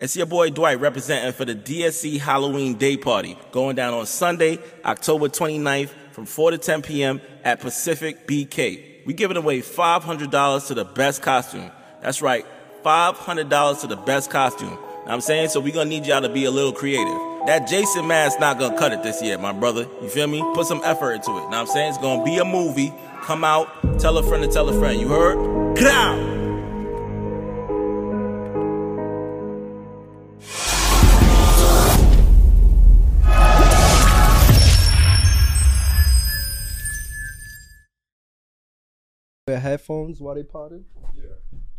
It's your boy Dwight representing for the DSC Halloween Day Party going down on Sunday, October 29th from 4 to 10 p.m. at Pacific BK. We giving away $500 to the best costume. That's right, $500 to the best costume. Know what I'm saying? So we gonna need y'all to be a little creative. That Jason mask not gonna cut it this year, my brother. You feel me? Put some effort into it. Know what I'm saying? It's gonna be a movie. Come out, tell a friend to tell a friend. You heard? Get out! Wear headphones while they potted.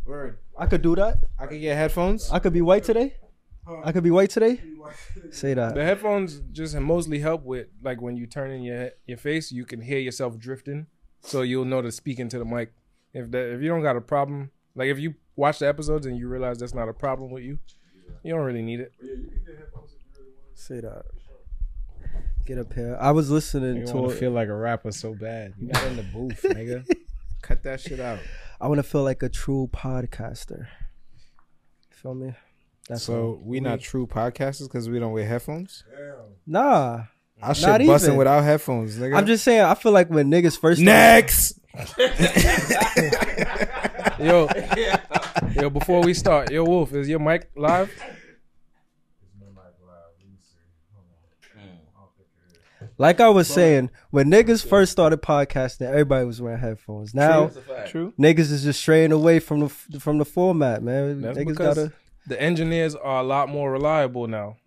Word. I could do that. I could get headphones. I could be white today. I could be white today. Say The that. headphones just mostly help with like when you turn in your your face, you can hear yourself drifting, so you'll know to speak into the mic. If that if you don't got a problem, like if you watch the episodes and you realize that's not a problem with you, you don't really need it. Say that. Get up here. I was listening You to. want to feel like a rapper so bad. You not in the booth, nigga. Cut that shit out. I want to feel like a true podcaster. Feel me? That's all. So we not true podcasters because we don't wear headphones. nah. I Not shit busting even. without headphones, nigga. I'm just saying. I feel like when niggas first. next. Yo, yo. Before we start, yo, Wolf, is your mic live? Like I was saying, when niggas first started podcasting, everybody was wearing headphones. Now True. niggas is just straying away from the from the format, man. That's niggas because gotta the engineers are a lot more reliable now.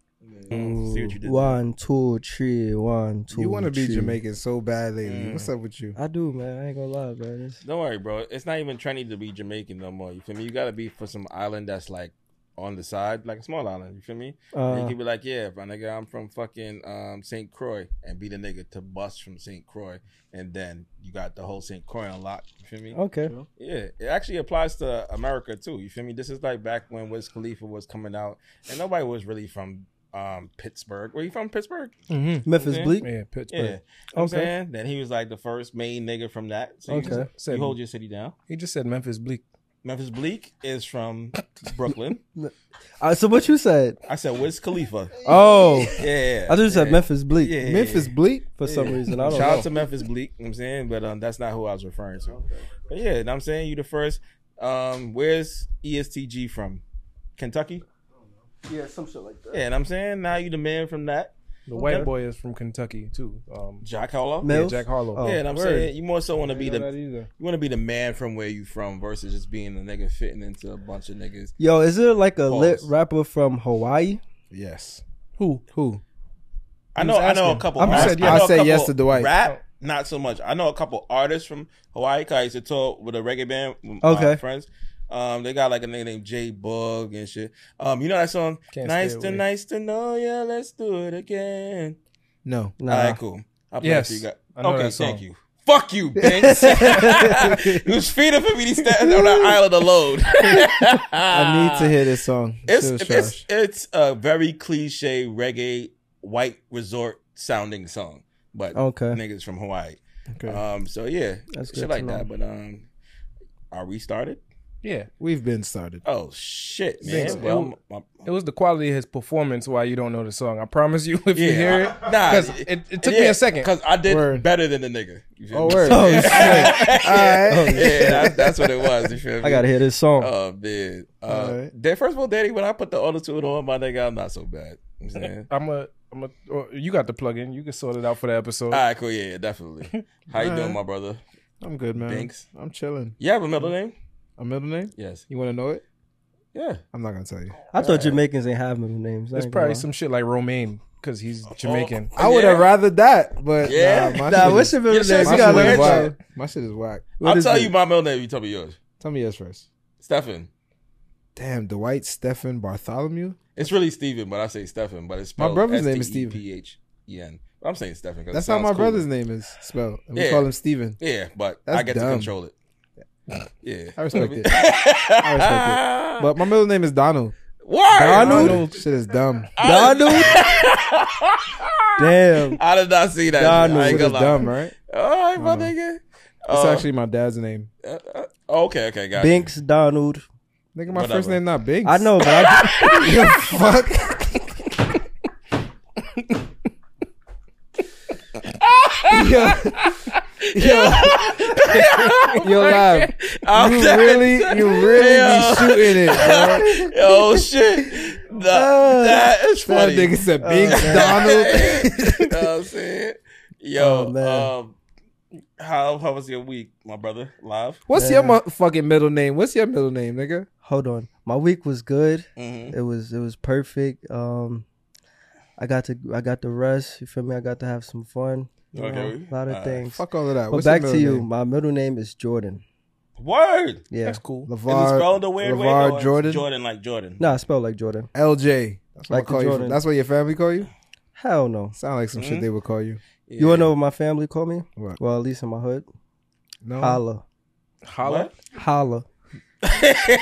one, two, three, one, two. You want to be three. Jamaican so bad lately. Mm. What's up with you? I do, man. I ain't gonna lie, man. It's- Don't worry, bro. It's not even trendy to be Jamaican no more. You feel me? You gotta be for some island that's like on the side, like a small island. You feel me? and you Uh, can be like, yeah, my nigga, I'm from fucking um, St. Croix, and be the nigga to bust from St. Croix, and then you got the whole St. Croix unlocked. You feel me? okay. Yeah, it actually applies to America too. You feel me? This is like back when Wiz Khalifa was coming out, and nobody was really from um, Pittsburgh. Were you from Pittsburgh? Mm-hmm. Memphis Okay. Bleak. Yeah, Pittsburgh. Yeah. You know what I'm Okay. saying? Then he was like the first main nigga from that. So you, Okay. just- Said- you hold your city down. He just said Memphis Bleak. Memphis Bleak is from Brooklyn. Uh, so what you said? I said Wiz Khalifa. Oh, Yeah. I just said yeah. Memphis Bleak. Yeah. Memphis Bleak. For some reason, I don't Shout know. out to Memphis Bleak, you know what I'm saying? But um, that's not who I was referring to. But yeah, you know what I'm saying you the first. Um, where's ESTG from? Kentucky? yeah, some shit like that. Yeah, and I'm saying now you the man from that. The white boy is from Kentucky too. Um, Jack Harlow. Mel- Jack Harlow. Oh. yeah, and I'm Word. saying you more so want to be the you either. want to be the man from where you from versus just being the nigga fitting into a bunch of niggas. Yo, is there like a lit Pause. rapper from Hawaii? Yes. Who? Who? I know, I know a asking? couple. I'm artists- said know yes. a I said yes couple to Dwight. Rap, not so much. I know a couple artists from Hawaii. 'cause I used to talk with a reggae band. With Okay. my friends. Um, they got like a nigga named J Bug and shit. Um, you know that song? Can't nice stay to away. nice to know you. Let's do it again. No. Nah. All right, cool. I'll play Yes. it for you guys. I know okay, that song. thank you. Fuck you, Banks. it was feeding for me to stand on the Isle of the Load. I need to hear this song. It's Shit was it's trash. it's a very cliche reggae white resort sounding song, but Oh, Okay. niggas from Hawaii. Okay. Um, so yeah, That's shit good like to that. But um, are we started? Yeah. We've been started. Oh shit, Thanks, man! Well, bro. my- It was the quality of his performance why you don't know the song. I promise you, if you Yeah. hear it, Nah, because it- it, it took me a second. because I did Word. better than the nigga. You feel Oh me? word. Oh, shit. Oh, All right. yeah, that, that's what it was. You feel me? I gotta hear this song. Oh man, uh, Alright. da- first of all, Daddy, when I put the auto tune on my nigga, I'm not so bad. You know what I'm saying? I'm a, I'm a. Or you got the plug in. You can sort it out for the episode. all right, cool. Yeah, definitely. How you doing, my brother? I'm good, man. Thanks. I'm chilling. You have a middle name? A middle name? Yes. You want to know it? Yeah. I'm not gonna tell you. I thought Jamaicans ain't have middle names. I It's ain't probably gonna some shit like Romaine because he's Oh, Jamaican. I would have Yeah. rather that, but Yeah. Nah, lie. my Nah, shit what's is- your middle Yes, name? yes, my You yes, shit gotta yes, is let yes. you. whack. My shit is whack. What I'll is tell it? you my middle name. You tell me yours. Tell me yours first. Stefan. Damn, Dwight Stefan Bartholomew. It's really Stephen, but I say Stefan. But it's My spelled brother's name is Stephen. P H E N. But I'm saying Stefan. 'cause it That's how sounds my cooler. brother's name is spelled. And Yeah. We call him Steven. Yeah, but That's I get to dumb. control it. Yeah, Ah, I respect it. I respect But my middle name is Donald. Word. Donald shit is dumb. Donald. Damn. I did not see that. Donald I ain't shit is gonna lie. dumb, right? Uh-huh. It's All right, my nigga. Uh, actually my dad's name. uh, uh, okay, okay, got Binks Donald. Nigga, my first Whatever. name not Biggs. I know, but I, Fuck. yo, yo, yo, live. I'm You dead. really, you really Yo. be shooting it, bro. oh shit, Nah, that is Uh, That funny. nigga said Biggs you know Donald. what I'm saying? Yo, Oh, man. um, how how was your week, my brother? Live. What's your motherfucking middle name? What's your middle name, nigga? hold on. My week was good. Mm-hmm. It was it was perfect. Um, I got to I got to rest. You feel me? I got to have some fun. You Okay. know, a lot of Alright. things. Fuck all of that. but What's your back to middle you. name? My middle name is Jordan. Word. Yeah, That's cool. is it LeVar, spelled a weird way? LeVar though? It's Jordan. Jordan, like Jordan. nah, I spelled like Jordan. LJ. That's what, I Like the call you. Jordan. That's what your family call you? Hell no. Sound like some shit Mhm. they would call you. You wanna know what my family call me? What? Well, at least in my hood, No. holla, Holla. holla,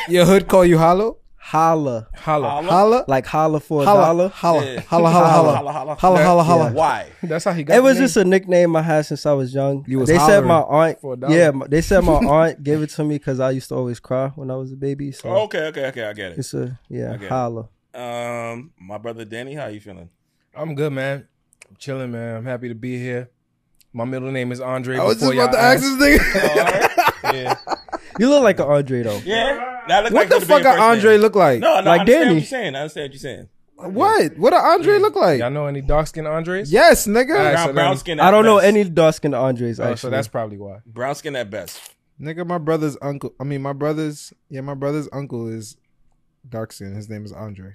Your hood call you hollow? holla, Holla. Holla? Holla? like holla for a Holla. Holla. dollar. Yeah. Holla. Holla. Holla. Holla, holla, Holla. Holla. Holla. Why? That's how he got It was the name. just a nickname I had since I was young. You was they said hollering my aunt. for a dollar. yeah, my- they said my aunt gave it to me because I used to always cry when I was a baby. So Oh, okay, okay, okay. I get it. it's a yeah, get it. holla. Um, my brother Danny, how you feeling? I'm good, man. I'm chilling, man. I'm happy to be here. My middle name is Andre. I was just before about to y'all ask asked. this Oh, nigga. yeah. You look like an Andre though. Yeah. That looked What like the could've been fuck your a first Andre name. look like? No, no, Like I understand Danny. what you're saying. I understand what you're saying. What? What a Andre look like? Y'all know any dark skinned Andres? Yes, All nigga. right. Brown, so brown then- skin. I at don't know best. any dark skinned Andres. Oh, Actually, so that's probably why. brown skin at best. Nigga, my brother's uncle. I mean, my brother's. Yeah, my brother's uncle is Darkson. His name is Andre.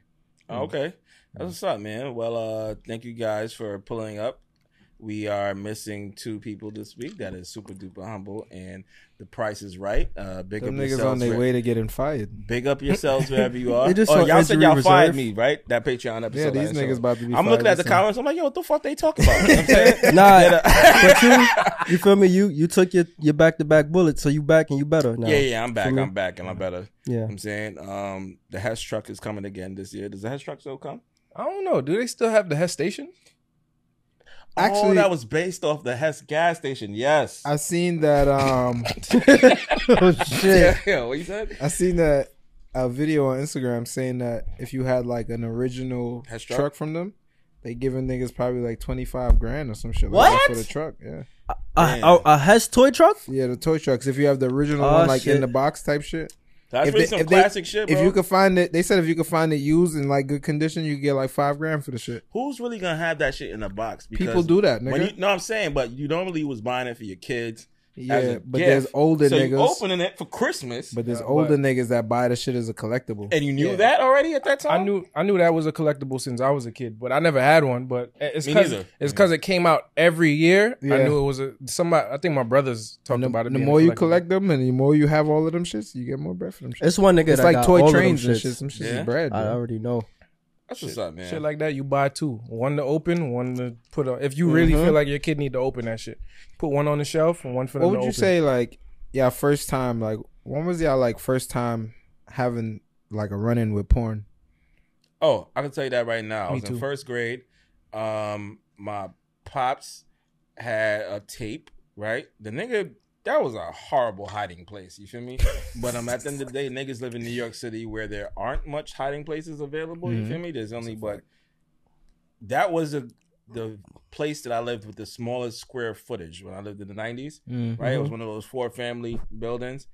Oh, okay, that's what's up, man. Well, uh, thank you guys for pulling up. We are missing two people this week. That is super duper humble, and the price is right. Uh, big up Them niggas on yourselves. their where- way to getting fired. Big up yourselves wherever you are. They just oh, saw y'all said injury y'all fired reserve. me, right? That Patreon episode. Yeah, these I saw. niggas about to be. I'm looking fired at the this comments. I'm like, yo, what the fuck they talking about? You know what I'm saying? nah. but you, you feel me? You you took your your back to back bullets, so you back and you better now. Yeah, yeah, I'm back. For me. I'm back, and I'm better. yeah. I'm saying, um, the Hess truck is coming again this year. Does the Hess truck still come? I don't know. Do they still have the Hess station? Actually, Actually- Oh, that was based off the Hess gas station. Yes. I seen that. Um, oh shit. yeah, what you said? I seen that a video on Instagram saying that if you had like an original Hess truck? truck? from them, they giving niggas probably like twenty five grand or some shit like that What? for the truck. Yeah, A, a, a Hess toy truck? yeah, the toy trucks. If you have the original Oh, one, like shit. in the box type shit. That's If really they- some if they- classic shit, bro. If you could find it, they said if you could find it used in like good condition, you could get like five grand for the shit. Who's really gonna have that shit in a box? Because People do that, When nigga. you, no, I'm saying, but you normally was buying it for your kids. as yeah, a but gift. there's older so niggas. you opening it for Christmas, but there's Yeah, older but- niggas that buy the shit as a collectible. and you knew Yeah. that already at that I time. knew I knew that was a collectible since I was a kid, but I never had one. But it's Me because neither. it's because it came out every year. I Yeah. knew it was a somebody. I think my brothers talked And the, about it. the being more you collectible. collect them, and the more you have all of them shits, you get more bread from them. Shit. It's one nigga It's that like got toy all of them trains and shits. shit. Some shit Yeah. is bread. I bro. already know. That's what's up, man. shit like that, you buy two. One to open, one to put on. If you really Mm-hmm. feel like your kid need to open that shit, put one on the shelf and one for them. what would to you open. say like yeah first time like when was y'all like first time having like a run-in with porn Oh, I can tell you that right now. I Me was in too. first grade. Um, my pops had a tape, right? The nigga, that was a horrible hiding place. You feel me? but um, at the end of the day, niggas live in New York City where there aren't much hiding places available. You Mm-hmm. feel me? There's only but that was a the place that I lived with the smallest square footage when I lived in the nineties. Mm. Right, Mm-hmm. it was one of those four family buildings.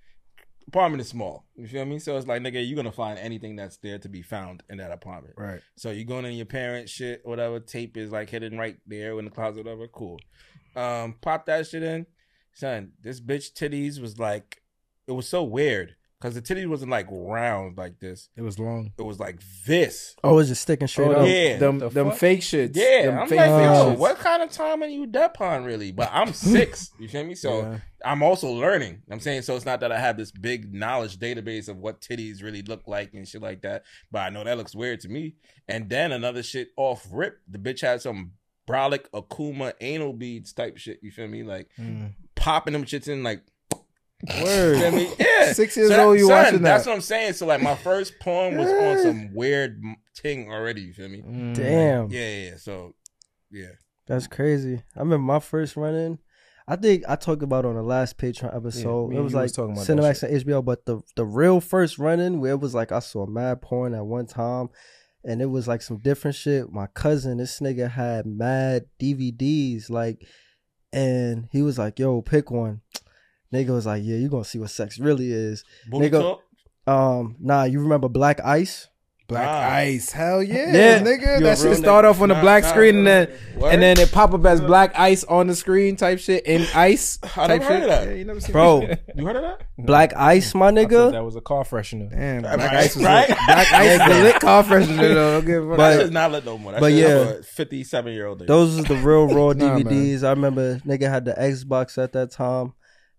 Apartment is small. You feel me? So it's like, nigga, you're gonna find anything that's there to be found in that apartment. right So you going in your parents' shit, whatever tape is like hidden right there in the closet, whatever. Cool. Um, pop that shit in, son. This bitch titties was like, it was so weird because the titties wasn't like round like this. it was long It was like this. Oh, it's just sticking straight up. yeah. them, The them fuck? fake shits Yeah, them I'm fake like, yo, shits. what kind of time are you upon really? But I'm six. you feel me? So Yeah. I'm also learning. I'm saying so it's not that I have this big knowledge database of what titties really look like and shit like that. But I know that looks weird to me. And then another shit off rip, the bitch had some brolic Akuma anal beads type shit. You feel me? Like Mm. popping them shits in like you feel word me? Yeah. Six years So that- old, you son, watching that. That's what I'm saying. So like my first porn was on some weird ting already. You feel me? Mm. Damn. Yeah, yeah. yeah. So yeah. That's crazy. I remember my first run in. I think I talked about it on the last Patreon episode. me and it was you like was talking about that Cinemax and HBO, but the the real first run-in where it was like I saw mad porn at one time, and it was like some different shit. My cousin, this nigga had mad DVDs, like, and he was like, "Yo, pick one." Nigga was like, "Yeah, you gonna see what sex really is." Booty Nigga. talk? Um, nah, you remember Black Ice? Black Ah. Ice, hell yeah, Yeah. nigga. You a that shit real start off on the Nah, black nah, screen and then word. and then it pop up as Black Ice on the screen type shit and Ice type I never shit. heard of that. Yeah, you never seen Bro, You heard of that? Black Ice, my I thought nigga. that was a car freshener. Damn, Black Right, Ice was right? lit. Black Ice was lit car freshener though. Don't give a That fuck. But- shit's not lit no more. That but shit is yeah. a 57 year old. Those was the real raw Nah, man. DVDs. I remember nigga had the Xbox at that time,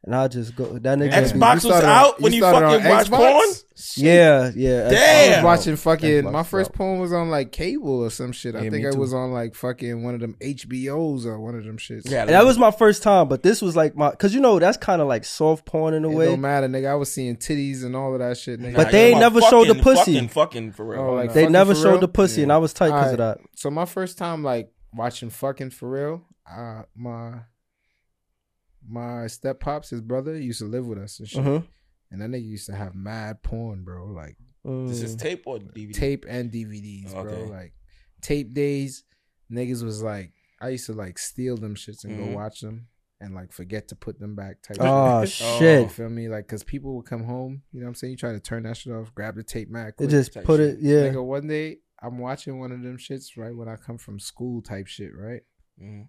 and I just go that nigga. Damn, Xbox was started out when you started fucking on watch porn? Shit. Yeah, yeah. Damn. I was watching fucking. Xbox my first out. porn was on like cable or some shit. I Yeah, think me I too. was on like fucking one of them HBOs or one of them shits. Yeah, And that was my first time, but this was like my because you know that's kind of like soft porn in a it way. don't matter, nigga. I was seeing titties and all of that shit, nigga. But Nah, they you ain't talking never about showed the fucking, pussy. Fucking, fucking for real. Oh, like They fucking never for showed real? the pussy, Yeah. and I was tight because of that. So my first time like watching fucking for real, uh my my step pops, his brother, used to live with us and shit. Mm-hmm. And that nigga used to have mad porn, bro. Like Mm-hmm. this Mm. is tape or DVD? tape and DVDs, bro. Okay. Like tape days, niggas was like I used to like steal them shits and Mhm. go watch them and like forget to put them back type oh shit. shit! You feel me? Like cause people would come home, you know what I'm saying? You try to turn that shit off, grab the tape back. It just type put shit. it, yeah. Nigga, one day I'm watching one of them shits right when I come from school type shit, right? Mhm.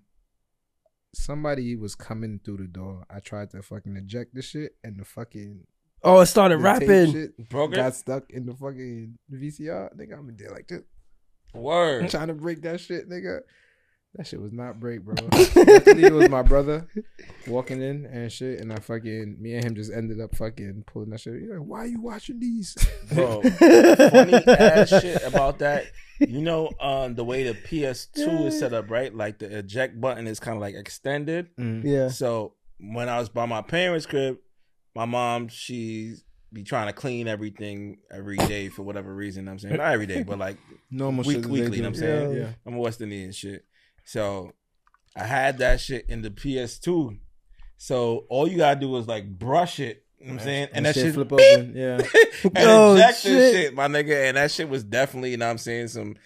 Somebody was coming through the door. I tried to fucking eject the shit and the fucking Oh, it started the tape rapping. shit Broke it? got stuck in the fucking VCR. Nigga, I'm in there like this. Word. Trying to break that shit, nigga. That shit was not break, bro. Luckily, it was my brother walking in and shit, and I fucking me and him just ended up fucking pulling that shit. He's like, why you watching these? Bro, funny ass shit about that. You know, um, the way the PS2 is set up, right? Like the eject button is kind of like extended. Yeah. So when I was by my parents' crib, my mom, she be trying to clean everything every day for whatever reason. I'm saying not every day, but like Normal Week- shit. that they weekly, do. you know what I'm saying? Yeah. yeah. I'm a West Indian shit. So I had that shit in the PS2. So all you gotta do is like brush it. You know what I'm saying? And that shit flip open. Yeah. and Oh, eject this shit. shit, my nigga. And that shit was definitely, you know what I'm saying, some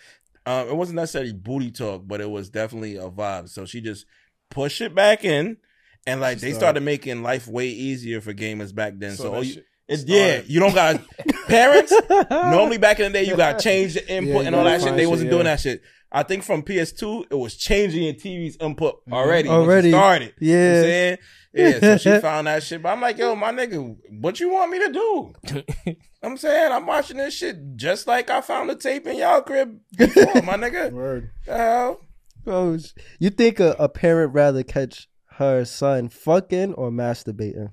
um it wasn't necessarily booty talk, but it was definitely a vibe. So she just pushed it back in. And like they Sorry. started making life way easier for gamers back then. So, that all you, shit- it's yeah, started. you don't got parents. Normally back in the day, you got to change the Yeah, input you and all gotta that shit. find They shit, wasn't yeah. doing that shit. I think from PS2, it was changing your TV's input Mm-hmm. already. Already. already started. You know what I'm Yeah. saying? Yeah, so she found that shit. But I'm like, yo, my nigga, what you want me to do? I'm saying I'm watching this shit just like I found the tape in y'all crib before, my nigga. Word. The hell? Bro, you think a, a parent rather catch her son fucking or masturbating?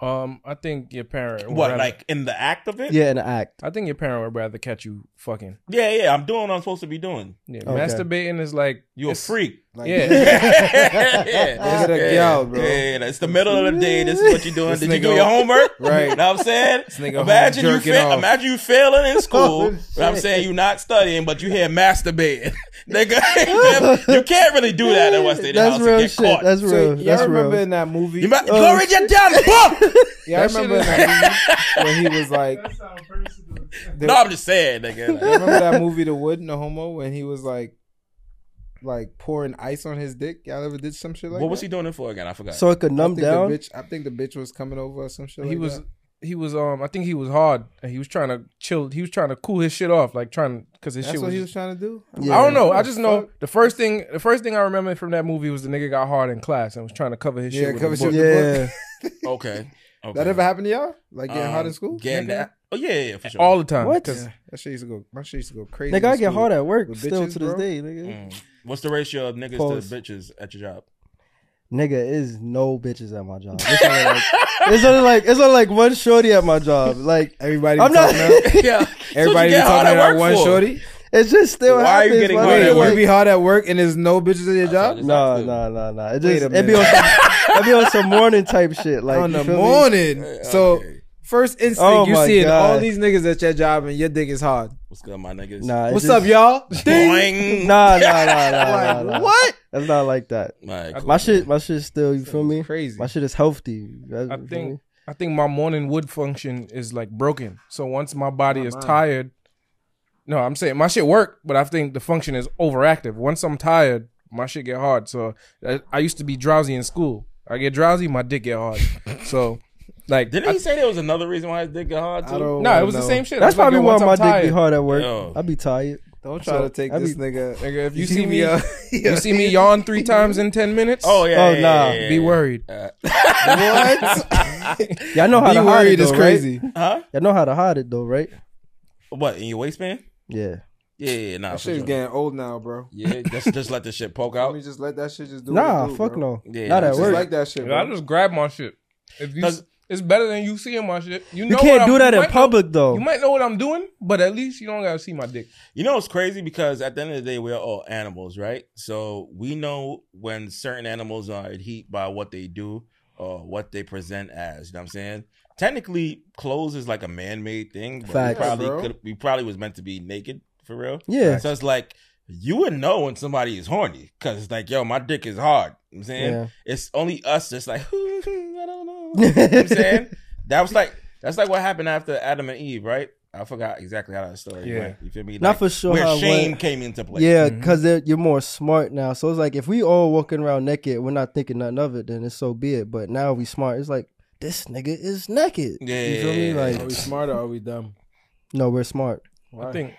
Um, I think your parent. would What, rather- like in the act of it? Yeah, in the act. I think your parent would rather catch you fucking. yeah, yeah, I'm doing what I'm supposed to be doing. Yeah, Okay. masturbating is like You a it's- freak. Like, Yeah. yeah. That's the gal, bro. Yeah, that's the middle of the day. This is what you're doing. This Did you nigga- do your homework? Right. You know what I'm saying? nigga Imagine home you, jerking fa- off. imagine you failing in school. Oh, but I'm shit. saying you're not studying, but you here masturbating. nigga, you can't really do that in West State That's House real and get shit. caught. That's So, real. y'all That's remember real. in that movie? you might, go read your damn book. yeah, I remember in that movie when he was like, no, I'm just saying, nigga. I Like, remember that movie, The Wood, No Homo, when he was like, like pouring ice on his dick. Y'all ever did some shit like what was that? he doing it for again? I forgot. So it could numb I think the down. bitch- I think the bitch was coming over or some shit. he like was that. he was um I think he was hard and he was trying to chill he was trying to cool his shit off like trying because his That's shit what was, he was trying to do. Yeah. I don't know I just Fuck. know the first thing the first thing I remember from that movie was the nigga got hard in class and was trying to cover his Yeah, shit cover with a book. shit. the yeah. okay. okay. That ever happened to y'all? Like getting Um, hard in school? Getting Nigga? that. Oh, yeah, yeah, for sure. all the time What? 'cause Yeah, that shit used to go. My shit used to go crazy. Nigga, in I get school. hard at work With still bitches, to this bro. day, nigga. Mm. What's the ratio of niggas Pause. to bitches at your job? Nigga, is no bitches at my job. It's only like it's only like, it's only like one shorty at my job. Like Everybody, I'm I'm not. talking not. yeah. Everybody be talking about one shorty. It's just still Why are you happens. getting my Wait, Wait, hard at nigga, work? you like- be hard at work and there's no bitches at your job? No, no, no, no. It Wait just a it be on some, it be on some morning type shit. Like On you the feel me? morning. So first instinct, Oh you my seeing God. all these niggas at your job and your dick is hard. What's good, my niggas? Nah. it What's just- up, y'all? Ding. Boing. Nah, nah, nah, nah, nah, nah. Like, what? That's not like that. My, I- My shit, my shit still. You feel me? Crazy. My shit is healthy. I think I think my morning wood function is like broken. So once my body is tired, no, I'm saying my shit work, but I think the function is overactive. Once I'm tired, my shit get hard. So I, I used to be drowsy in school. I get drowsy, my dick get hard. So like didn't he say there was another reason why his dick got hard too? I- don't no, wanna it was the know. same shit. That's I was like, probably yo, why once my I'm dick be tired- hard at work. Yo. I be tired. Don't try So, to take I this be- nigga. Nigga, if you, You see me, uh, you see me yawn three times in ten minutes. Oh yeah. Oh, yeah, nah. yeah, yeah, be yeah. worried. what? Y'all know how Be to hide it worried though, is crazy. crazy. Huh? Y'all know how to hide it though, right? What in your waistband? Yeah. Yeah, yeah, nah. That for shit's sure. getting old now, bro. Yeah, just just let the shit poke out. Let me just let that shit just do. Nah, what it do, fuck bro. no. Yeah, Not at Just work. like that shit, I bro. just grab my shit. If you, Does- it's better than you seeing my shit. You, you know what can't I'm- do that you in might know- public though. You might know what I'm doing, but at least you don't gotta see my dick. You know, it's crazy because at the end of the day, we're all animals, right? So we know when certain animals are in heat by what they do or what they present as. You know what I'm saying? Technically, clothes is like a man-made thing. But Facts. We Yeah, probably, bro. could, we probably was meant to be naked for real. Yeah. So it's like you would know when somebody is horny because it's like, yo, my dick is hard. You know what I'm saying Yeah. it's only us that's like, I don't know. You know what I'm saying that was like that's like what happened after Adam and Eve, right? I forgot exactly how that story Yeah. went. You feel me? Not Like, for sure Where how it shame went. came into play. Yeah, Mhm. because you're more smart now. So it's like if we all walking around naked, we're not thinking nothing of it, then it's so be it. But now we smart. It's like this nigga is naked. Yeah, you feel me? yeah, Like yeah. Are we smart or are we dumb? no, we're smart, Why? I think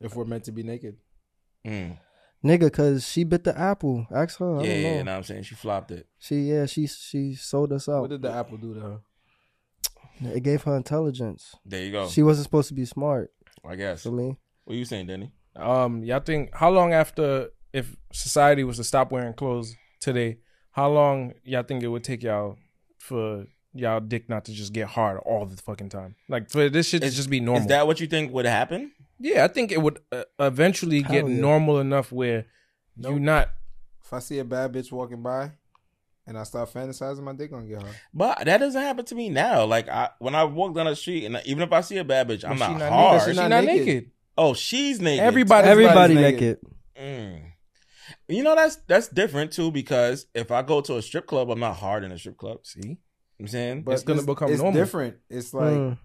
if we're meant to be naked. Mm. nigga. Cause she bit the apple. Ask her. I yeah, don't know. yeah. You know what I'm saying? She flopped it. She yeah. She she sold us What out. did the apple do to her? It gave her intelligence. There you go. She wasn't supposed to be smart. I guess. For What me, you saying, Denny? Um, y'all think how long after if society was to stop wearing clothes today, how long y'all think it would take y'all for y'all dick not to just get hard all the fucking time? Like for this shit Is- to just be normal. Is that what you think would happen? yeah, I think it would uh, eventually get Hell yeah. normal enough where Nope. you not. If I see a bad bitch walking by, and I start fantasizing, my dick gonna get hard. But that doesn't happen to me now. Like I, when I walk down the street, and even if I see a bad bitch, I'm But she not, not hard. Naked. She She not not naked. naked. oh, she's naked. Everybody's everybody naked. naked. Mm. You know that's that's different too because if I go to a strip club, I'm not hard in a strip club. See, I'm saying, But It's gonna become it's normal. different. It's like Mm.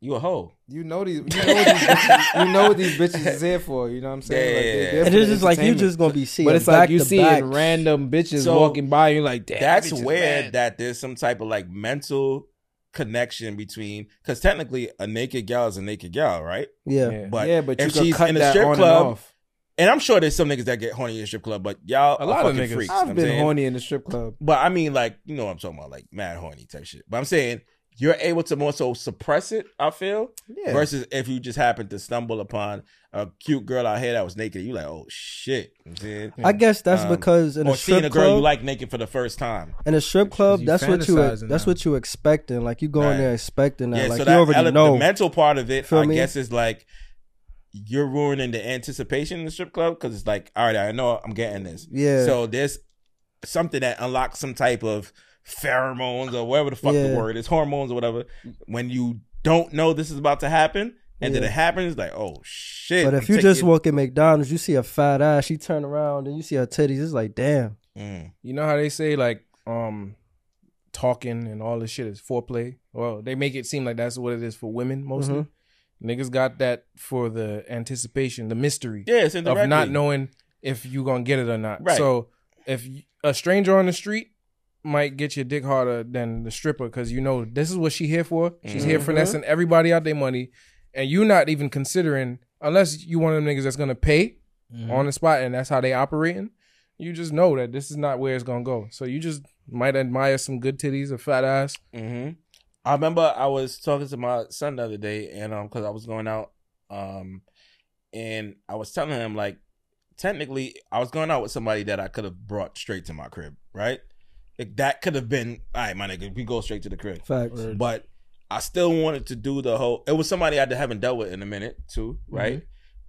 you a hoe. you know these. You know, what these bitches, you know what these bitches is here for. You know what I'm saying? Like, Yeah. they're there And for it's the just like you entertainment. just gonna be seeing. But it's back like you to see back. random bitches So, walking by, and you're like, damn. That's that bitch is where bad. that there's some type of like mental connection between because technically a naked gal is a naked gal, right? Yeah. But yeah, but you if can she's cut in a that strip on club, and off. and I'm sure there's some niggas that get horny in a strip club, but y'all A are lot of fucking niggas. freaks. I've I'm been saying? horny in the strip club. But I mean, like, you know what I'm talking about, like mad horny type shit. But I'm saying you're able to more so suppress it, I feel, Yeah. versus if you just happen to stumble upon a cute girl out here that was naked. You like, oh shit. You know what I'm saying? I guess that's Um, because in a or seeing strip a girl club, you like naked for the first time. in a strip club, you that's what you fantasizing that's now. what you expecting. Like you go Right. in there expecting that. Yeah, like so you that already ele- the know. mental part of it, Feel I me? guess, is like you're ruining the anticipation in the strip club because it's like, all right, I know I'm getting this. Yeah. So there's something that unlocks some type of pheromones or whatever the fuck Yeah. the word is, hormones or whatever. When you don't know this is about to happen, and then Yeah. it happens, like, oh shit. But I'm if you just taking- walk in McDonald's, you see a fat ass. She turn around and you see her titties. It's like damn. Mm. You know how they say like um talking and all this shit is foreplay? Well, they make it seem like that's what it is for women mostly. Niggas got that for the anticipation, the mystery Yeah, it's of indirectly. not knowing if you gonna get it or not. Right. So if y- a stranger on the street might get your dick harder than the stripper because you know this is what she here for. She's here Mhm. Mm-hmm. finessing everybody out their money, and you not even considering unless you one of them niggas that's gonna pay Mm-hmm. on the spot and that's how they operating. You just know that this is not where it's gonna go. So you just might admire some good titties, a fat ass. hmm I remember I was talking to my son the other day, and um, because I was going out, um, and I was telling him like, technically, I was going out with somebody that I could have brought straight to my crib, right? Like, that could have been, all right, my nigga, we go straight to the crib. Facts. But I still wanted to do the whole. It was somebody I haven't Mm-hmm. dealt with in a minute, too, right?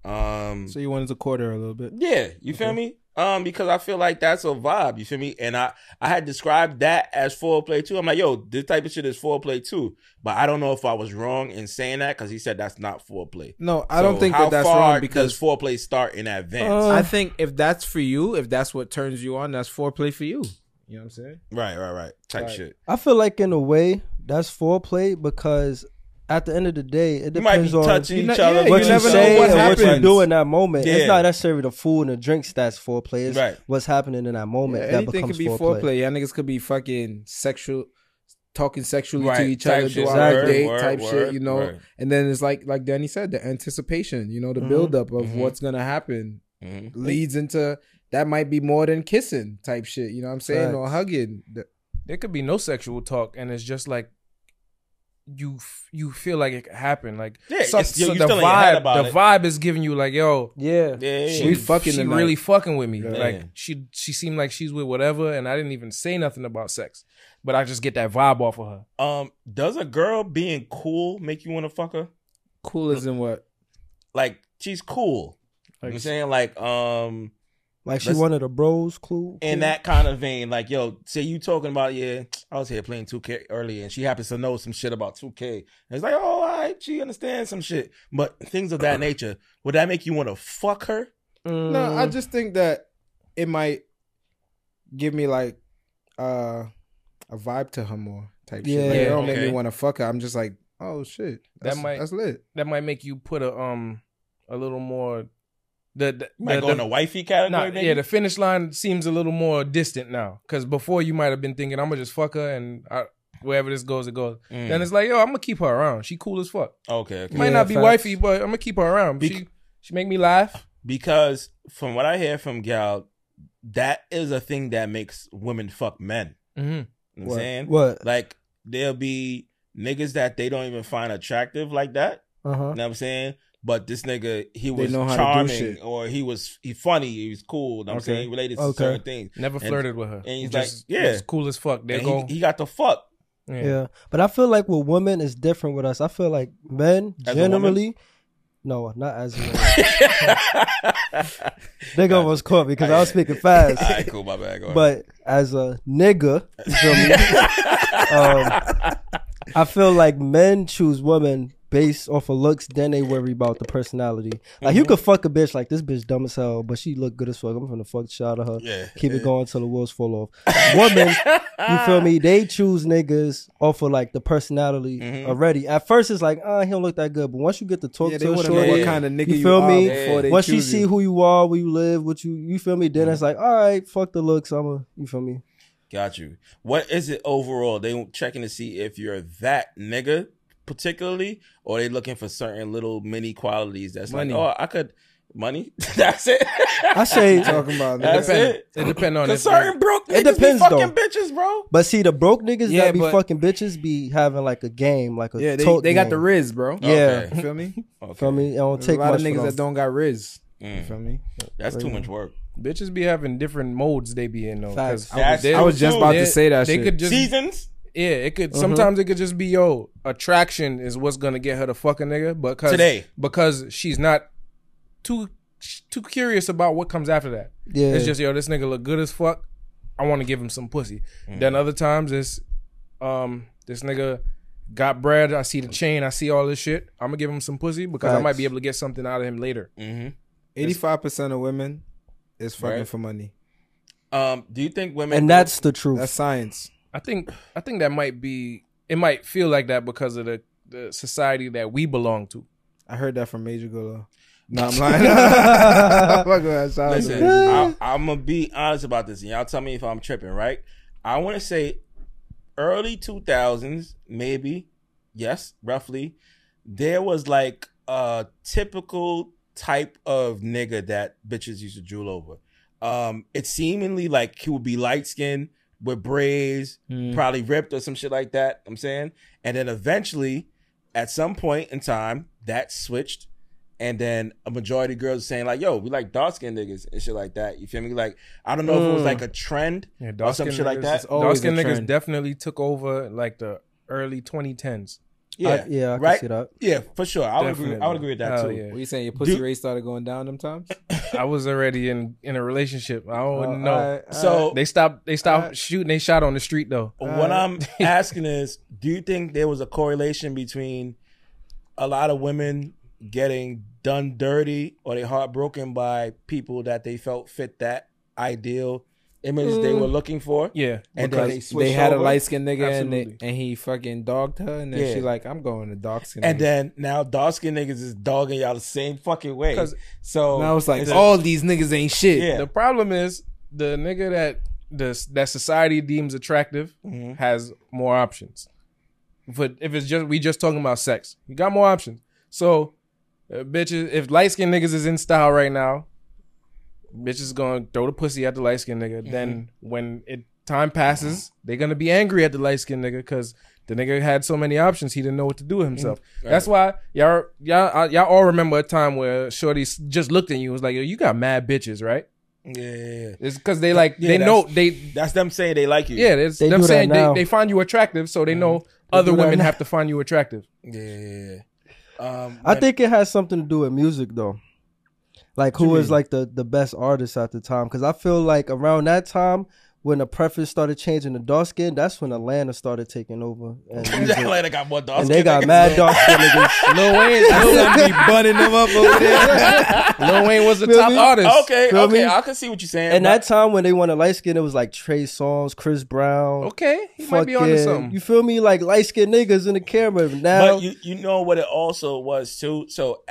Um, So you wanted to quarter her a little bit. yeah, you feel me? Um, because I feel like that's a vibe. You feel me? And I I had described that as foreplay too. I'm like, yo, this type of shit is foreplay too. But I don't know if I was wrong in saying that because he said that's not foreplay. No, I don't So think how that that's far wrong does because foreplay start in advance. Uh, I think if that's for you, if that's what turns you on, that's foreplay for you. You know what I'm saying? right, right, right. Type Right. shit. I feel like in a way that's foreplay because at the end of the day, it You might be depends on touching You each ne- other. yeah, but what you, never know say what and what you happens. do in that moment. Yeah. It's not necessarily the food and the drinks that's foreplay. It's Right. what's happening in that moment Yeah, that anything becomes could be foreplay. foreplay. Y'all niggas could be fucking sexual, talking sexually to Right, each type other shit. throughout Word, the date, word, type word, shit. You know, word. and then it's like like Danny said, the anticipation. You know, the Mm-hmm. Mhm, buildup of mhm. Mm-hmm. what's gonna happen Mhm. leads into that might be more than kissing type shit. You know what I'm saying? Or Facts. hugging. The- There could be no sexual talk, and it's just like you f- you feel like it could happen. Like Yeah, some- it's- you- so you the still in your head vibe, about the it. vibe is giving you like, yo, Yeah. Yeah, yeah, she, yeah. We fucking she tonight. really fucking with me. Yeah. Yeah. Like she she seemed like she's with whatever, and I didn't even say nothing about sex, but I just get that vibe off of her. Um, does a girl being cool make you want to fuck her? cool isn't what. Like she's cool. you know what I'm saying like um Like she Let's- wanted a bros clue. in that kind of vein, like yo, say you talking about yeah, I was here playing 2K earlier, and she happens to know some shit about 2K. And it's like, oh, all right, she understands some shit, but things of that nature. Would that make you want to fuck her? No, Mm. I just think that it might give me like uh a vibe to her more type shit. Like, Yeah. it don't make Okay. me want to fuck her. I'm just like, oh shit, that's, might- that's lit. That might make you put a um a little more the, the, Might the- go the- in the wifey category, Nah, maybe? yeah, the finish line seems a little more distant now. Because before you might have been thinking, I'm gonna just fuck her and I, wherever this goes, it goes. Hmm. Mm. Then it's like, yo, I'm gonna keep her around. She cool as fuck. okay, okay. Might Yeah, not be facts. wifey, but I'm gonna keep her around. Bec- she she make me laugh. because from what I hear from gal, that is a thing that makes women fuck men. Mm-hmm. You know what What? I'm saying What? like there'll be niggas that they don't even find attractive like that. Uh huh. You know what I'm saying? But this nigga, he was know how to do charming, shit. or he was he funny, he was cool. You know what I'm Okay. saying he related to Okay. certain things, Never And- flirted with her. and he's Just- like, yeah. just cool as fuck. There and go. he, he got the fuck. Yeah. But I feel like with women it's different with us. I feel like men As a woman? generally no, not as a woman. Nigga almost caught me because I was speaking fast. All right, cool, my bad. Go But as a nigga, you feel me? um, I feel like men choose women based off of looks, then they worry about the personality. Like Mm-hmm. you could fuck a bitch like this bitch dumb as hell, but she look good as fuck. I'm gonna fuck shot of her. Yeah. Keep it going till the wheels fall off. Women, you feel me? They choose niggas off of like the personality Mm-hmm. already. At first it's like, ah, he don't look that good. But once you get to talk Yeah, to they her, want to shorty, know what yeah. kind of nigga You you, feel are me? before they once you choose see who you are, where you live, what you you feel me, then it's like, all right, fuck the looks, I'm a you feel me? Got you. What is it overall? They checking to see if you're that nigga particularly, or they looking for certain little mini qualities that's Money. like, oh, I could money. that's it. I say talking about. nigga. that's Depend- it. It depends on Cause this. certain broke niggas It be depends, though. fucking bitches, bro. but see the broke niggas Yeah, that be but- fucking bitches be having like a game, like a Yeah, they, tote they got game. the riz, bro. Yeah. Okay. You feel me? Okay. Feel me? It don't There's a take lot much of niggas that don't got riz. You Mm, feel me? that's too much work. Bitches be having different modes they be in though. 'cause Facts. That's they- true, I was just too. about they- to say that they shit. Mm-hmm. could just Seasons. Yeah, it could. Sometimes it could just be yo attraction is what's gonna get her to fuck a nigga, but cause, Today. because she's not too sh- too curious about what comes after that. Yeah. it's just yo, this nigga look good as fuck. I want to give him some pussy. Mm. Then other times it's um this nigga got bread. I see the chain. I see all this shit. I'm gonna give him some pussy because I might Facts. be able to get something out of him later. hmm Eighty-five percent of women is fucking Right. for money. Um, do you think women? and that's the truth. That's science. I think I think that might be it. Might feel like that because of the the society that we belong to. I heard that from Major Golo. No, I'm lying. Fuck with that. Shout out to Listen, Major. I, I'm gonna be honest about this, and y'all tell me if I'm tripping. Right? I want to say early 2000s, maybe. Yes, roughly. There was like a typical type of nigga that bitches used to drool over. Um, it seemingly like he would be light skinned with braids, probably ripped or some shit like that. I'm saying, and then eventually, at some point in time, that switched, and then a majority of girls saying like, "Yo, we like dark skinned niggas and shit like that." You feel me? Like, I don't know if it was Mm. like a trend Yeah, or some shit like that. always Dark skin a niggas trend. definitely took over like the early 2010s. Yeah, I, yeah, I can right. see that. Yeah, for sure. I would agree. I would Definitely. agree with that Hell too. yeah. What you saying? Your pussy Dude. rate started going down them times? I was already in in a relationship. I don't Uh, know. alright, So- they stopped. They stopped Alright. shooting. They shot on the street though. what I'm asking is, do you think there was a correlation between a lot of women getting done dirty or they heartbroken by people that they felt fit that ideal image they were looking for? Yeah, And then Because they they, switched had a over? light skinned nigga and, they, Absolutely. and he fucking dogged her, and then Yeah. she like, I'm going to dark skin. And then now dark skin niggas is dogging y'all the same fucking way. 'Cause So I was like, it's- all these niggas ain't shit. Yeah. The problem is the nigga that the that society deems attractive Mhm. has more options. But if it's just we just talking about sex, you got more options. So, uh, bitches, if light skinned niggas is in style right now, bitches gonna throw the pussy at the light skinned nigga. Then when it time passes, they're gonna be angry at the light skinned nigga because the nigga had so many options he didn't know what to do with himself. That's why y'all y'all uh, y'all all remember a time where Shorty s- just looked at you and was like, "Yo, you got mad bitches, right?" yeah, yeah, yeah. It's because they like Yeah, they that's- know they that's them saying they like you. yeah it's They them do that saying now. they, they find you attractive, so they know other do that women now. have to find you attractive. yeah, yeah. yeah. Um, I when- think it has something to do with music though. Like who was like the the best artist at the time? Because I feel like around that time when the preference started changing to dark skin, that's when Atlanta started taking over, and, music- Atlanta got more dark and skin they got niggas mad than- dark skin niggas. Lil Wayne, I'm be bunning them up over there. Lil Wayne was the Feel top me? artist. Okay, Feel okay, me? I can see what you're saying. And but- that time when they wanted light skin, it was like Trey Songz, Chris Brown. okay, he might be onto fucking- something. You feel me? Like light skinned niggas in the camera now. But you, you know what it also was too. So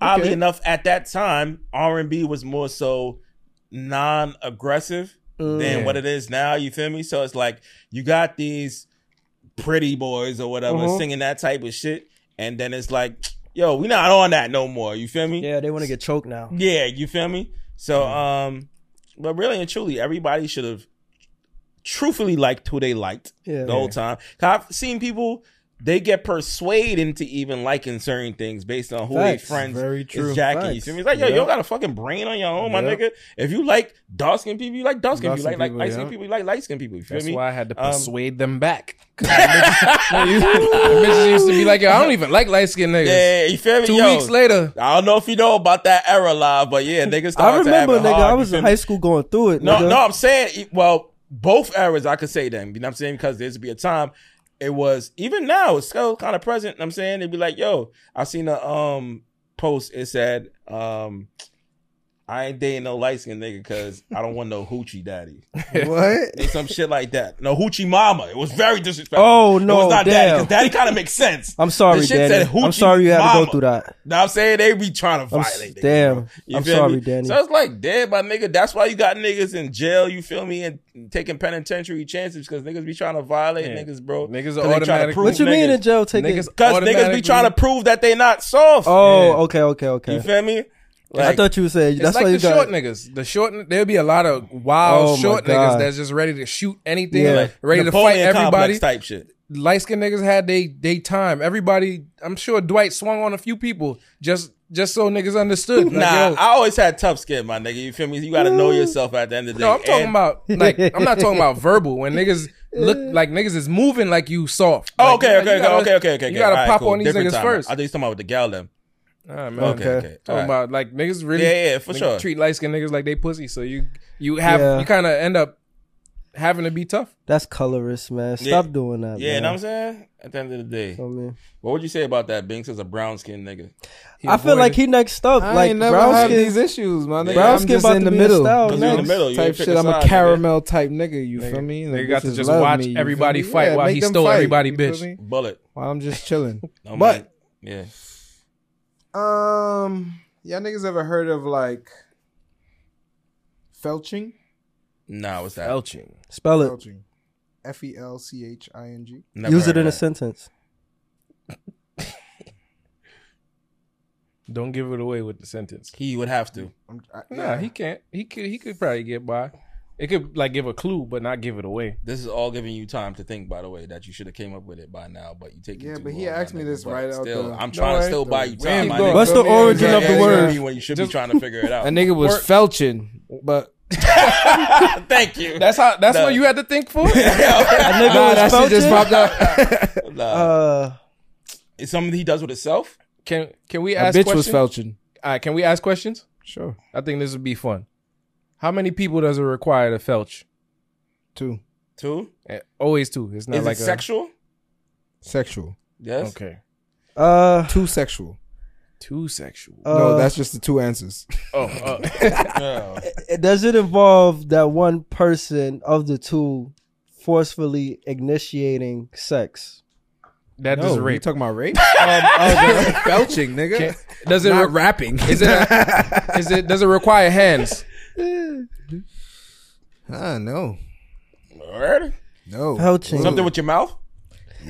oddly Okay. enough, at that time, R and B was more so non-aggressive Mm. than Yeah. what it is now. You feel me? So it's like you got these pretty boys or whatever Mhm. singing that type of shit, and then it's like, yo, we not on that no more. You feel me? yeah, Mm-hmm. they want to get choked now. Yeah, you feel me? So, um, but really and truly, everybody should have truthfully liked who they liked Yeah. the whole time. 'Cause I've seen people they get persuaded into even liking certain things based on who their Facts. friends Very is true. jacking. You Facts. feel me? It's like, yo, you Yep. don't got a fucking brain on your own, my Yep. nigga. If you like dark skinned people, you like dark skinned people. You Dark-skinned like people, light skinned yeah. people, you like light skinned people. You feel That's me? why I had to Um, persuade them back. 'Cause bitches bitches used to be like, "Yo, I don't even like light skinned niggas." yeah, you feel me? Two Yo, weeks later, I don't know if you know about that era live, but yeah, niggas. I started to have remember, it nigga. hard, I you was feel in me? high school going through it. No, nigga. no, I'm saying, e, well, both eras I could say them. You know what I'm saying? Because there's be a time it was even now it's still kind of present. you know what I'm saying they'd be like, "Yo, I seen a um post. It said, um, I ain't dating no light skinned nigga because I don't want no hoochie daddy What? or some shit like that. No hoochie mama. It was very disrespectful. Oh, it no, was not daddy damn. because daddy kind of makes sense. I'm sorry, The shit Danny. said I'm hoochie sorry you had to mama. go through that. Know what I'm saying they be trying to I'm s- violate. niggas, bro. damn. You I'm feel sorry, me? Danny. So it's like, damn, my nigga. That's why you got niggas in jail. You feel me? And taking penitentiary chances because niggas be trying to violate Yeah. niggas, bro. Niggas 'Cause are they tryna automatic- prove what you mean niggas. in jail taking? niggas Because niggas be automatically- trying to prove that they not soft. oh, okay, okay, okay. you feel me? I thought you were saying It's that's like why the you got. short niggas. The short there'll be a lot of wild Oh my short niggas God. that's just ready to shoot anything, Yeah. like, ready Napoleon to fight everybody. complex type shit. Light skinned niggas had they they time. Everybody, I'm sure Dwight swung on a few people just just so niggas understood. Like, nah, yo, I always had tough skin, my nigga. You feel me? You got to know yourself at the end of the day. no, I'm talking And- about like I'm not talking about verbal. When niggas look like niggas is moving like you soft. Oh, Like, okay, you- okay, you gotta- okay, okay, okay, okay. You gotta All right, pop cool. on these Different niggas time. first. I thought you talking about with the gal them. Nah, man. Okay, Okay. okay. All Talking right. about like niggas really Yeah, yeah, for niggas sure. treat light skinned niggas like they pussy. So you you have Yeah. you kind of end up having to be tough. That's colorist, man. Stop doing that. yeah, man. know what I'm saying? At the end of the day. I mean, What would you say about that? Binks is a brown skinned nigga. He I feel avoided- like he next up. I like ain't never brown had skin. these issues, my nigga. Brown I'm skin just about to in the be in middle. style Because you in the middle, you type ain't pick shit. a I'm side, a nigga. caramel type nigga. You feel me? They Like, got to bitches just love watch me, you feel everybody me? fight Yeah, while make he them stole fight, everybody, you feel bitch. me? Bullet. While I'm just chilling. No, But- man. yeah. Um, y'all niggas ever heard of like felching? Nah, what's that? Elching. Spell it. Felching. F E L C H I N G. Never Use it heard in a of that. sentence. Don't give it away with the sentence. He would have to. I'm- I- Nah, he can't. He could. He could probably get by. It could like give a clue, but not give it away. This is all giving you time to think, by the way, that you should have came up with it by now, but you take Yeah, too but he long, my asked me nigga. this But right out still, the- I'm Don't trying to worry, still buy though. you time, Keep my going. nigga. What's the Feel me? You origin can't of the ask word? me When you should Just- be trying to figure it out. A nigga was felching, but Thank you. That's how. That's No. what you had to think for. A nigga nah, was that shit just felching? popped out. Nah. Uh, it's something he does with himself. can Can we A ask? bitch was questions? felching. All right, can we ask questions? Sure. I think this would be fun. How many people does it require to felch? Two. Two? Eh, Always two. It's not Is like it sexual? Sexual. A, Yes. okay. Uh, Two sexual. Two sexual. no, uh, that's just the two answers. oh, uh, it- does it involve that one person of the two forcefully initiating sex? that no, is You rape. talking about rape? Um, Belching, nigga. does it? Not re- rapping. is it? a- is it? Does it require hands? Ah, no. Word? No. Belching. Something with your mouth?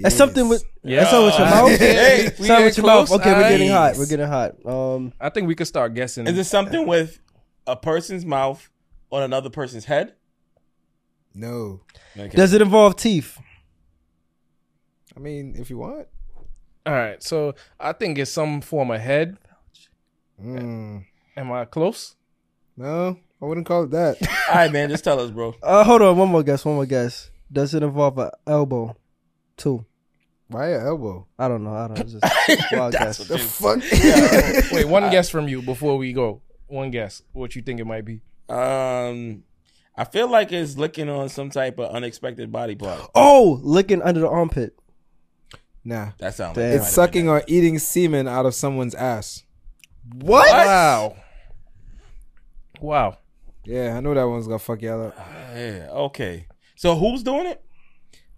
That's something with Yeah. that's something with your mouth. Hey, we something getting with your mouth. close. Okay, we're getting hot. Nice. We're getting hot. Um, I think we could start guessing. Is it something with a person's mouth on another person's head? No. does it involve teeth? I mean, if you want. All right. So I think it's some form of head. Mm. Am I close? No, I wouldn't call it that. All right, man, just tell us, bro. Uh, hold on. One more guess. One more guess. Does it involve an elbow? Two. Why your elbow? I don't know. I don't know. Just wild guess. The fuck? Wait, one guess from you before we go. One guess. What you think it might be? Um, I feel like it's licking on some type of unexpected body part. Oh, licking under the armpit. nah. That sounds Damn. like It's sucking or eating semen out of someone's ass. What? Wow. Wow. Yeah, I know that one's gonna fuck y'all up. Yeah, okay. So who's doing it?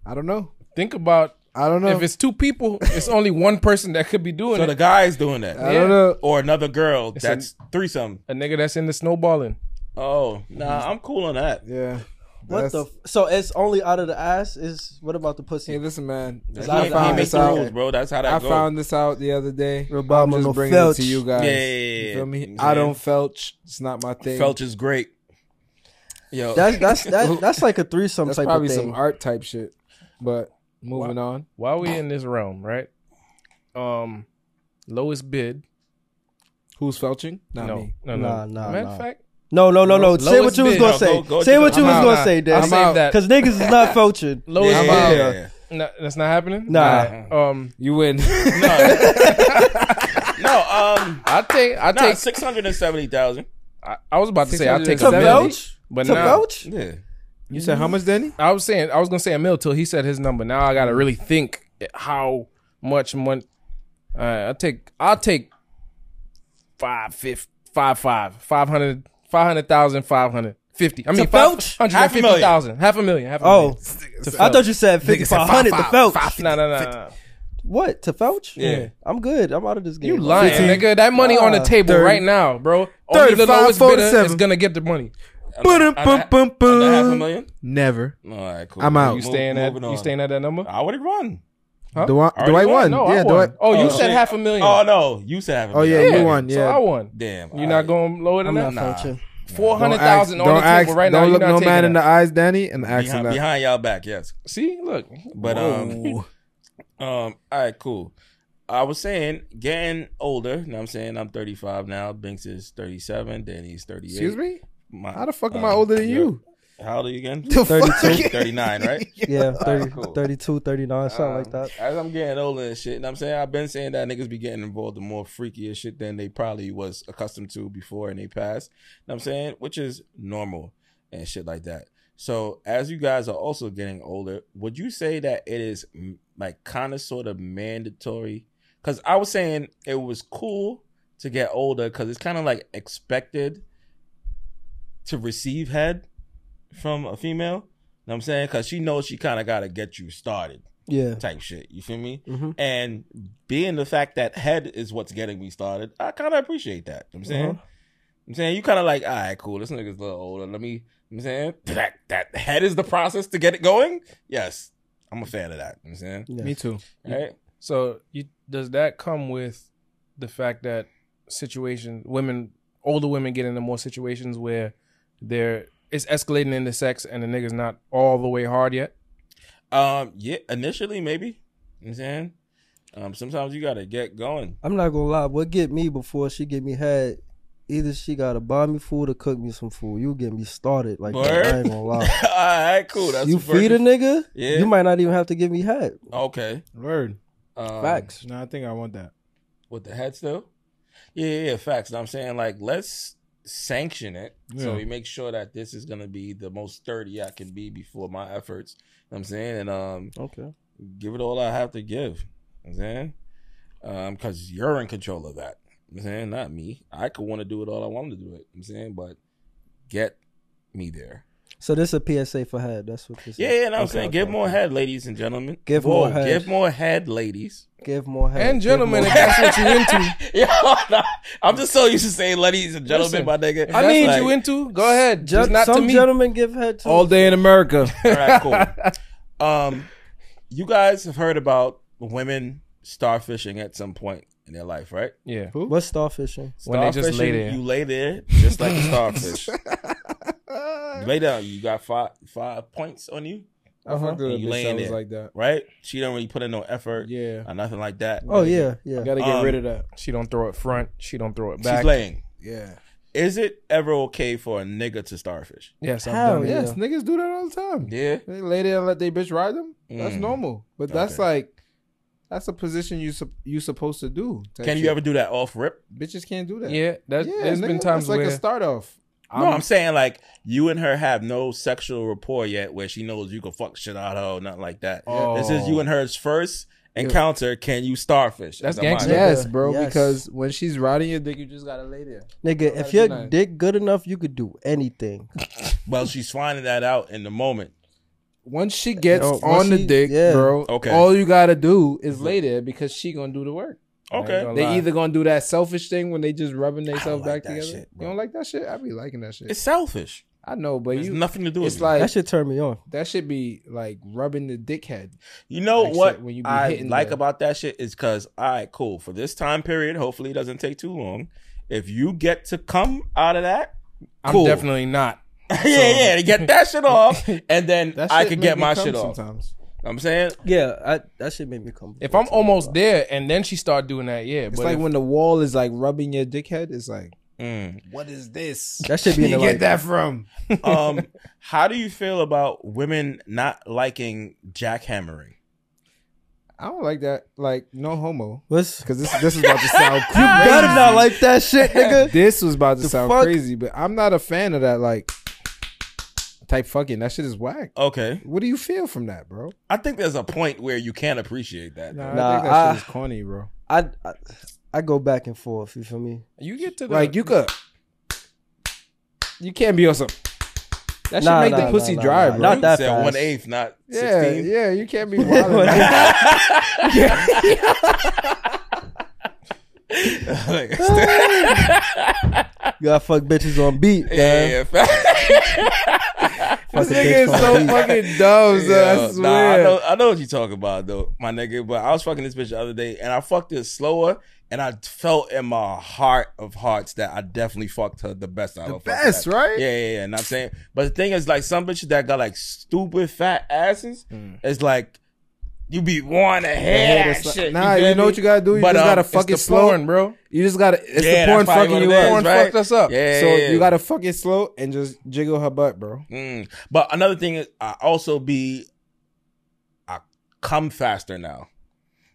I don't know. Think about I don't know. if it's two people, it's only one person that could be doing So it. the guy's doing that, I don't know. or another girl a- that's threesome. a nigga that's in the snowballing. Oh, nah, Mm-hmm. I'm cool on that. Yeah. What That's- the? F- so it's only out of the ass. Is what about the pussy? Hey, listen, man. He I ain't- he found ain't make this the out. rules, bro. That's how that I goes. found this out the other day. Robama I'm no just bringing it felch. to you guys. Yeah, yeah, yeah, You feel me? yeah. I don't felch. It's not my thing. Felch is great. Yo, That's that's that, that's like a threesome That's type probably of thing. some art type shit. But moving on. While we in this realm, right? Um, lowest bid. Who's felching? Not no, me. no, no. Nah, nah, Matter nah. of fact, no, no, no, no. Lowest Say what you was bid. gonna No, say. go- go say to what the- you was I'm gonna out. say, I'll Dad. save out. that. Because niggas is not filching. Lowest yeah. bid. Uh, yeah. No, that's not happening. Nah. Nah. Um, You win. No, um, I take. I nah, take. six hundred and seventy thousand. I, I was about to say I take To a 670. mil, belch? but To now belch? Yeah, you said how much, Danny? I was saying I was gonna say a mil till he said his number. Now I gotta really think how much money. Uh, I take. I'll take five, fif- five, five, five hundred, five hundred thousand, five hundred fifty. I mean, five felch? hundred Half a million. fifty thousand, half a million, half a Oh, million. I thought you said fifty five hundred to felch. no, no, no, no. What to felch? Yeah. I'm good. I'm out of this game. You lying, nigga. That money on the Nah, table 30. right now, bro. Only the 35, lowest bidder is 47. gonna get the money. Under- under- under half a million. Never. All right, cool. I'm out. You Move- staying at moving on. you staying at that number? I would have won. Dwight, Already Dwight won? won. No, yeah, I won. Dwight. Oh, you Oh, said shit. half a million. Oh no, you said half a Oh, million. yeah, you Okay. won. So Yeah. I won. Damn, You're not going lower I'm not than that. felching. Four Don't hundred ask- thousand on the don't ask- table right now. Don't You're look not no man taking in the that. eyes, Danny, and ask him behind, that. behind y'all back. Yes, See, look. but uh, um, um, all right, cool. I was saying, getting older. You know what I'm saying I'm 35 now. Binks is 37. Danny's 38. Excuse me? My- How the fuck am uh, I older than yeah. you? How old are you again? The fuck? 32. 39, right? Yeah, 30, cool. 32, 39, something like Um, that. As I'm getting older and shit, and I'm saying I've been saying that niggas be getting involved in more freakier shit than they probably was accustomed to before and they passed. And I'm saying, which is normal and shit like that. So as you guys are also getting older, would you say that it is mm, like kind of sort of mandatory? Because I was saying it was cool to get older because it's kind of like expected to receive head from a female. Know what I'm saying? Because she knows she kind of got to get you started Yeah. type shit. You feel me? Mhm. And being the fact that head is what's getting me started, I kind of appreciate that. You know what I'm saying, Uh-huh. I'm saying you kind of like, all right, cool. This nigga's a little older. Let me. You know what I'm saying that that head is the process to get it going. Yes, I'm a fan of that. You know what I'm saying, Yeah. Me too. right? So you, does that come with the fact that situation women older women get into more situations where they're it's escalating into sex and the nigga's not all the way hard yet? Um, yeah. Initially, maybe. You know what I'm saying, um, sometimes you gotta get going. I'm not gonna lie. What get me before she get me head? Either she gotta buy me food or cook me some food. You get me started like that. I Word? ain't gonna all lie. right, cool. That's you the first- feed a nigga, Yeah. you might not even have to give me head. Okay. Word. Um, Facts. No, I think I want that. with the head still. Yeah, yeah, yeah facts. And I'm saying like let's sanction it. So Yeah. we make sure that this is gonna be the most sturdy I can be before my efforts. You know what I'm saying? And um Okay. give it all I have to give. You know what I'm saying? Um, cause you're in control of that. You know what I'm saying, not me. I could want to do it all I want to do it. You know what I'm saying, but get me there. So this a PSA for head. That's what this Yeah, is. yeah, no, I'm Okay, saying okay, give more okay. head, ladies and gentlemen. Give Whoa, more head. Give more head, ladies. Give more head. And Give gentlemen, more- if that's what you into. Yo, nah, I'm just so used to saying ladies and Listen, gentlemen, my nigga. I That's need like- you into. Go Gen- ahead. Just not some to me. gentlemen give head to All day in America. All right, cool. Um, you guys have heard about women starfishing at some point in their life, right? Yeah. What's starfishing? When they just lay Starfishing, there. You lay there just like a starfish. You lay down. You got five five points on you, I fucked with a You bitch laying that was there. like that. right? She don't really put in no effort Yeah. or nothing like that. Oh yeah, yeah. Gotta get Um, rid of that. She don't throw it front. She don't throw it She's back. laying. Yeah. Is it ever okay for a nigga to starfish? yes, I've Hell done it. yeah. Oh, Yes, niggas do that all the time. Yeah. They lay there and let their bitch ride them. That's Mm. normal. But that's like, that's a position you sup- you supposed to do. type Can you shit. ever do that off rip? Bitches can't do that. Yeah, that, yeah. there's nigga, been times that's like where a start off. no, I'm saying like you and her have no sexual rapport yet, where she knows you can fuck shit out of her, or nothing like that. Oh. This is you and her's first encounter. Can you starfish? That's Am I- gangsta. Yeah. Yes, bro. Yes. Because when she's riding your dick, you just gotta lay there. Nigga, gotta if do your nothing. dick good enough, you could do anything. Well, she's finding that out in the moment. Once she gets Yo, on once the she- dick, yeah. bro, Okay. all you gotta do is lay there because she gonna do the work. Okay. gonna- They lie. either gonna do that selfish thing when they just rubbing themselves like back that together. shit, you bro. don't like that shit? I be liking that shit. It's selfish. I know, but It's you nothing to do with it's me. like That should turn me on. that should be like rubbing the dickhead. You know Like what shit, when you be I hitting like the- about that shit is because, all right, cool. For this time period, hopefully it doesn't take too long. If you get to come out of that, I'm cool. definitely not. yeah, yeah, to get that shit off, and then That I shit can make get me my come shit off. Sometimes I'm saying, Yeah, I, that should make me come. If I'm almost there and then she start doing that, yeah. it's but like if- when the wall is like rubbing your dickhead. It's like, mm. what is this? That should be in you the get like, that from? um, how do you feel about women not liking jackhammering? I don't like that. Like no homo, What's because this this is about to sound crazy. better not like that shit, nigga. this was about to The sound fuck? crazy, but I'm not a fan of that like type fucking. That shit is whack. Okay, What do you feel from that, bro? I think there's a point where you can appreciate that. though. I Nah, think that I- shit is corny, bro. I, I I go back and forth. You feel me? you get to the, Like you could, you can't be on some. That should Nah, make nah, the nah, pussy nah, dry, nah, bro. not that said fast. one eighth, not yeah, sixteen. yeah, you can't be wild. Like, You gotta fuck bitches on beat, man. yeah, yeah. Fuck a Nigga is bitch on so beat. fucking dumb, son. Yeah, I Nah, I swear. know, I know what you're talking about though, my nigga. But I was fucking this bitch the other day, and I fucked her slower, and I felt in my heart of hearts that I definitely fucked her the best. I the best, right? Yeah, yeah, yeah. And I'm saying, but the thing is, like some bitches that got like stupid fat asses, it's like you be wanting to hear that shit. Nah, you, feel know me? what you gotta do. You But, just um, gotta it's fucking the slow, porn, bro. You just gotta. It's Yeah, the porn that's probably fucking you what it up. is, Porn right? fucked us up. Yeah, so yeah, yeah. you gotta fucking slow and just jiggle her butt, bro. Mm. But another thing is, I also be, I come faster now.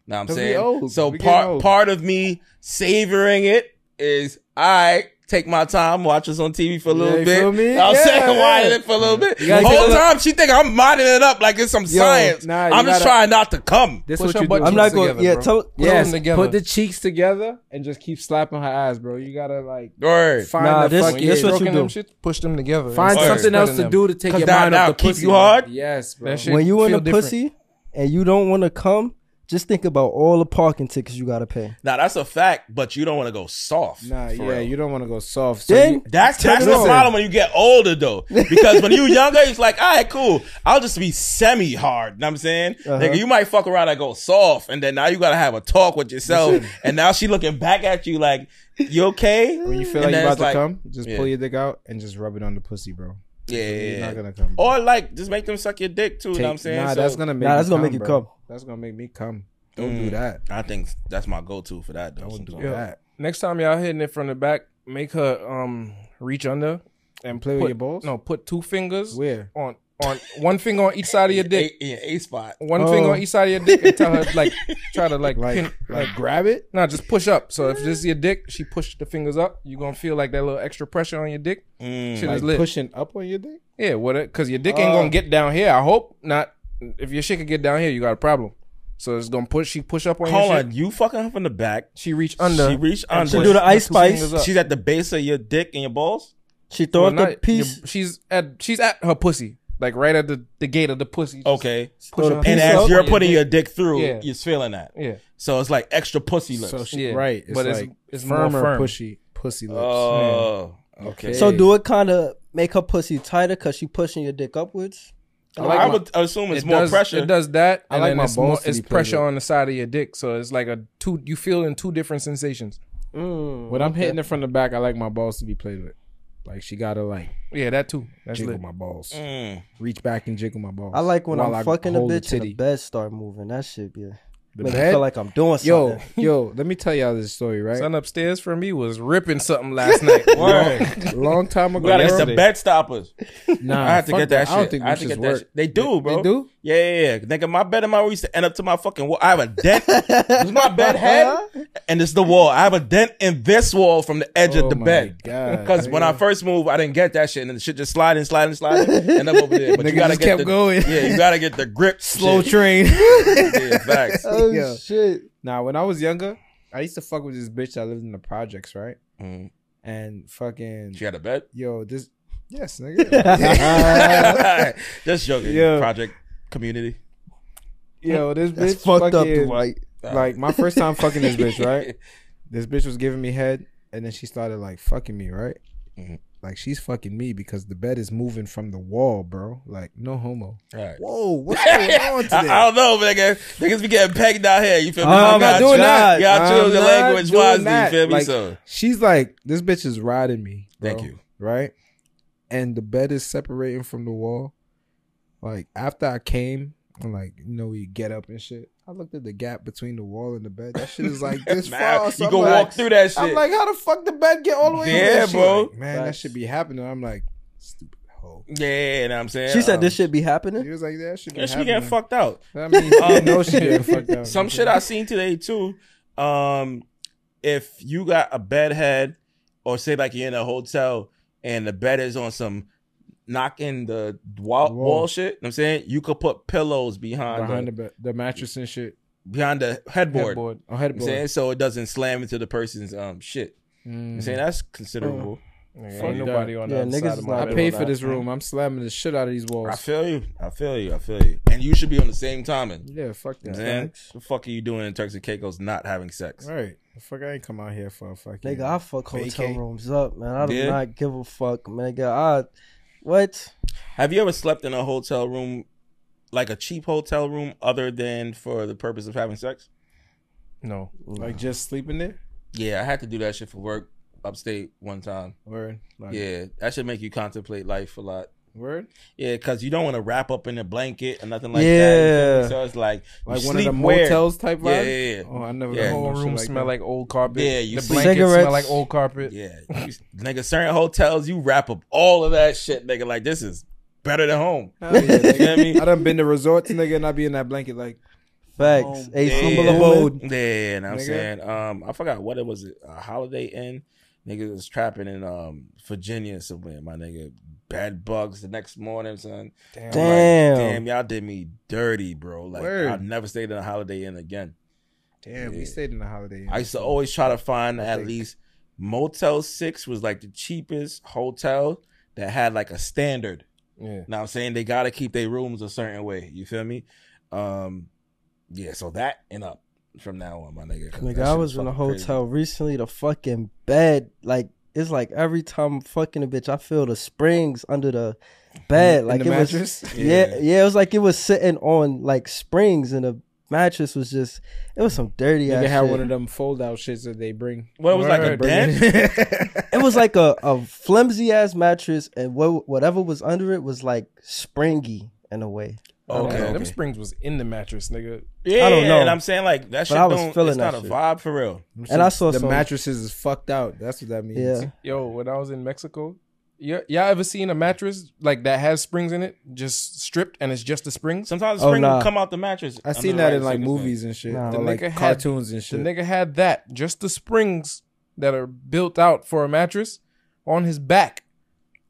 Now I'm 'Cause we saying, old. so We part getting old. part of me savoring it is I take my time, watch us on TV for a Yeah, little you bit. feel me? I'm Yeah, saying, yeah. winding it for a little bit. The gotta take whole a look- time she think I'm modding it up like it's some Yo, science. nah, you I'm just gotta- trying not to come. This Push what her you do. buttons I'm not going. together, yeah, bro. tell, Put Yes, them together. put the cheeks together and just keep slapping her ass, bro. You gotta like Word. find Nah, the this- fucking this what you stroking do. them shit, push them together. find Word. something else to do to take 'Cause your that- mind that'll off the keep pussy. you bro. hard? Yes, bro. That shit- when you in feel a pussy and you don't want to come, just think about all the parking tickets you gotta pay. Now that's a fact, but you don't want to go soft. Nah, for yeah, real. you don't want to go soft. So Then you- That's that's the it off. problem when you get older though. Because when you younger, it's like, all right, cool. I'll just be semi hard. You know what I'm saying? Nigga, you might fuck around and go soft, and then now you gotta have a talk with yourself. and now she looking back at you like, You okay? when you feel And like then you're it's about like- to come, just Yeah. pull your dick out and just rub it on the pussy, bro. Yeah, You're yeah, not yeah. gonna come. Or like just make them suck your dick too, you know what I'm saying? Nah, So, that's gonna make Nah, me that's gonna make come, you bro. come. That's gonna make me come. Don't Mm. do that. I think that's my go to for that though. Don't do sometimes. that. Next time y'all hitting it from the back, make her um reach under and Play with put- your balls? No, put two fingers Where? on on one finger on each side of your dick. A, yeah, a spot. One finger on each side of your dick and tell her like try to like, Like, pin, like grab it. no, just push up. So if this is your dick, she pushed the fingers up. You gonna feel like that little extra pressure on your dick. Mm. Shit Like is lit. pushing up on your dick. Yeah, what? Because your dick ain't gonna get down here. I hope not. If your shit could get down here, you got a problem. So it's gonna push. She push up on Hold your shit. on, you fucking her from the back. She reach under. She reached under. She do the ice two spice. fingers up. She's at the base of your dick and your balls. She throw up Well, the not- piece. your- she's at. She's at her pussy. Like right at the, the gate of the pussy. Just Okay, push Throw the up. piece and Piece as up you're on putting your dick. dick through, Yeah. you're feeling that. Yeah. So it's like extra pussy lips. So she Yeah. right. It's But it's- like it's more firmer firm. pushy pussy lips. oh, okay. So do it kind of make her pussy tighter because she pushing your dick upwards. I, like my- would assume it's it more does, pressure. It does that. I and like then my it's more- balls to It's be pressure pleasure. on the side of your dick, so it's like a two. You feel in two different sensations. Mm, when I'm hitting it from the back, I like my balls to be played with. Like she gotta like Yeah, that too. That's jiggle lit. my balls, Mm. reach back and jiggle my balls. I like when while I'm I fucking a hold bitch and the titty. bed start moving. That shit, yeah. The Make bed? me feel like I'm doing yo, something. yo, let me tell y'all this story. Right, Son upstairs for me was ripping something last night. Word. long time ago. We gotta get bro. the bed stoppers. Nah, I have to fuck get that, shit. I don't think I we have to should get work. that shit. They do, bro. They do. Yeah, yeah, yeah. Nigga, my bed and my wall used to end up to my fucking wall. I have a dent. It's my bed head, and it's the wall. I have a dent in this wall from the edge Oh of the my bed. God. Because when I first moved, I didn't get that shit, and then the shit just sliding, sliding, sliding, and I'm over there. But you Nigga gotta just get kept the, going. Yeah, you gotta get the grip. Slow shit. train. Yeah, facts. oh Yeah. shit! Nah, when I was younger, I used to fuck with this bitch that lived in the projects, right? Mhm. And fucking She got a bed. yo, this yes, nigga. just joking. Yeah. Project community. yo, this That's bitch fucked up, fucking, Dwight. Like my first time fucking this bitch, right? This bitch was giving me head, and then she started like fucking me, right? Mhm. Like she's fucking me because the bed is moving from the wall, bro. Like no homo. Right. Whoa, what's going on I, I don't know, nigga. Niggas be getting pegged out here. You feel me? Oh You my gotta God. choose- You I'm gotta choose your not language doing wisely. You that. feel me? Like, so She's like, this bitch is riding me. bro, Thank you. Right? And the bed is separating from the wall. Like after I came, I'm like, you know, we get up and shit. I looked at the gap between the wall and the bed. That shit is like this Nah, far. So you I'm go like, walk through that shit. I'm like, how the fuck the bed get all the way? over Yeah, there? She bro. like, man, that Facts. should be happening. I'm like, stupid hoe. yeah, you know what I'm saying. She said Um, this shit be He happening. was like, that should be Yeah, she happening. getting fucked out. I mean, you Um, know she getting fucked up. Some shit I seen today too. Um, if you got a bed head, or say like you're in a hotel and the bed is on some knocking the wall, Wall. wall. shit, you know what I'm saying you could put pillows behind, behind the, the bed, the mattress and shit. behind the headboard. Headboard. Oh, You know what I'm saying headboard. so it doesn't slam into the person's um shit. You know what I'm saying that's considerable. Nigga, Fuck ain't nobody on Yeah, the other niggas side is of not my I been bed. pay on for that. this room. I'm slamming the shit out of these walls. I feel you. I feel you. I feel you. And you should be on the same timing. yeah, fuck that. Man, the fuck are you doing in Turks and Caicos not having sex? Right. Fuck, I ain't come out here for a fucking. Nigga, I fuck hotel Vacate. rooms up, man. I do Yeah. not give a fuck, nigga. I what? Have you ever slept in a hotel room, like a cheap hotel room, other than for the purpose of having sex? No. like just sleeping there. Yeah, I had to do that shit for work upstate one time. Word. Like, Yeah, that should make you contemplate life a lot. Word. Yeah, because you don't want to wrap up in a blanket or nothing like that. you feel Yeah. me? So it's like, Like you one of sleep the where? motels type Yeah, vibe. yeah, yeah. Oh, I never. Yeah. The heard whole no shit room like smell that. like old carpet. Yeah, you the see- blankets smell Cigarettes. like old carpet. Yeah, you- nigga, certain hotels you wrap up all of that shit, nigga. Like this is better than home. Hell yeah, nigga. You know what I mean? I done been to resorts, nigga, and I be in that blanket like oh, Facts. A yeah. humble Yeah. abode. Yeah, you know what I'm Nigga. saying. Um, I forgot what it was. A Holiday Inn. Niggas was trapping in um Virginia somewhere. My nigga, bed bugs the next morning, son. I'm like, Damn. damn, y'all did me dirty, bro. Like Word. I've never stayed in a Holiday Inn again. Damn, Yeah. we stayed in the Holiday Inn. I used to always try to find at think- least Motel Six was like the cheapest hotel that had like a standard. Yeah. Now I'm saying they gotta keep their rooms a certain way. You feel me? Um, yeah. So that and up from now on, my nigga. 'cause Nigga, that I shit was in a fucking crazy. hotel recently. The fucking bed, like it's like every time I'm fucking a bitch, I feel the springs under the bed. In Like the it was, mattress? yeah. Yeah. yeah, It was like it was sitting on like springs, and the mattress was just. It was some dirty Nigga ass. had shit. one of them fold out shits that they bring. Well, it was like a Word, den. It was like a, a flimsy ass mattress, and what, whatever was under it was like springy in a way. Oh, Okay, Them okay. springs was in the mattress, nigga. Yeah, I don't know. And I'm saying like that shit. I was don't, feeling it's that not a shit. vibe for real. And I saw the some- mattresses is fucked out. That's what that means. Yeah. Yo, when I was in Mexico, You y'all ever seen a mattress like that has springs in it, just stripped and it's just the springs? Sometimes the Oh, spring will nah. come out the mattress. I under seen the that right in like circumstance. movies and shit, Nah, The- like like had- cartoons and The shit. nigga had that, just the springs that are built out for a mattress on his back,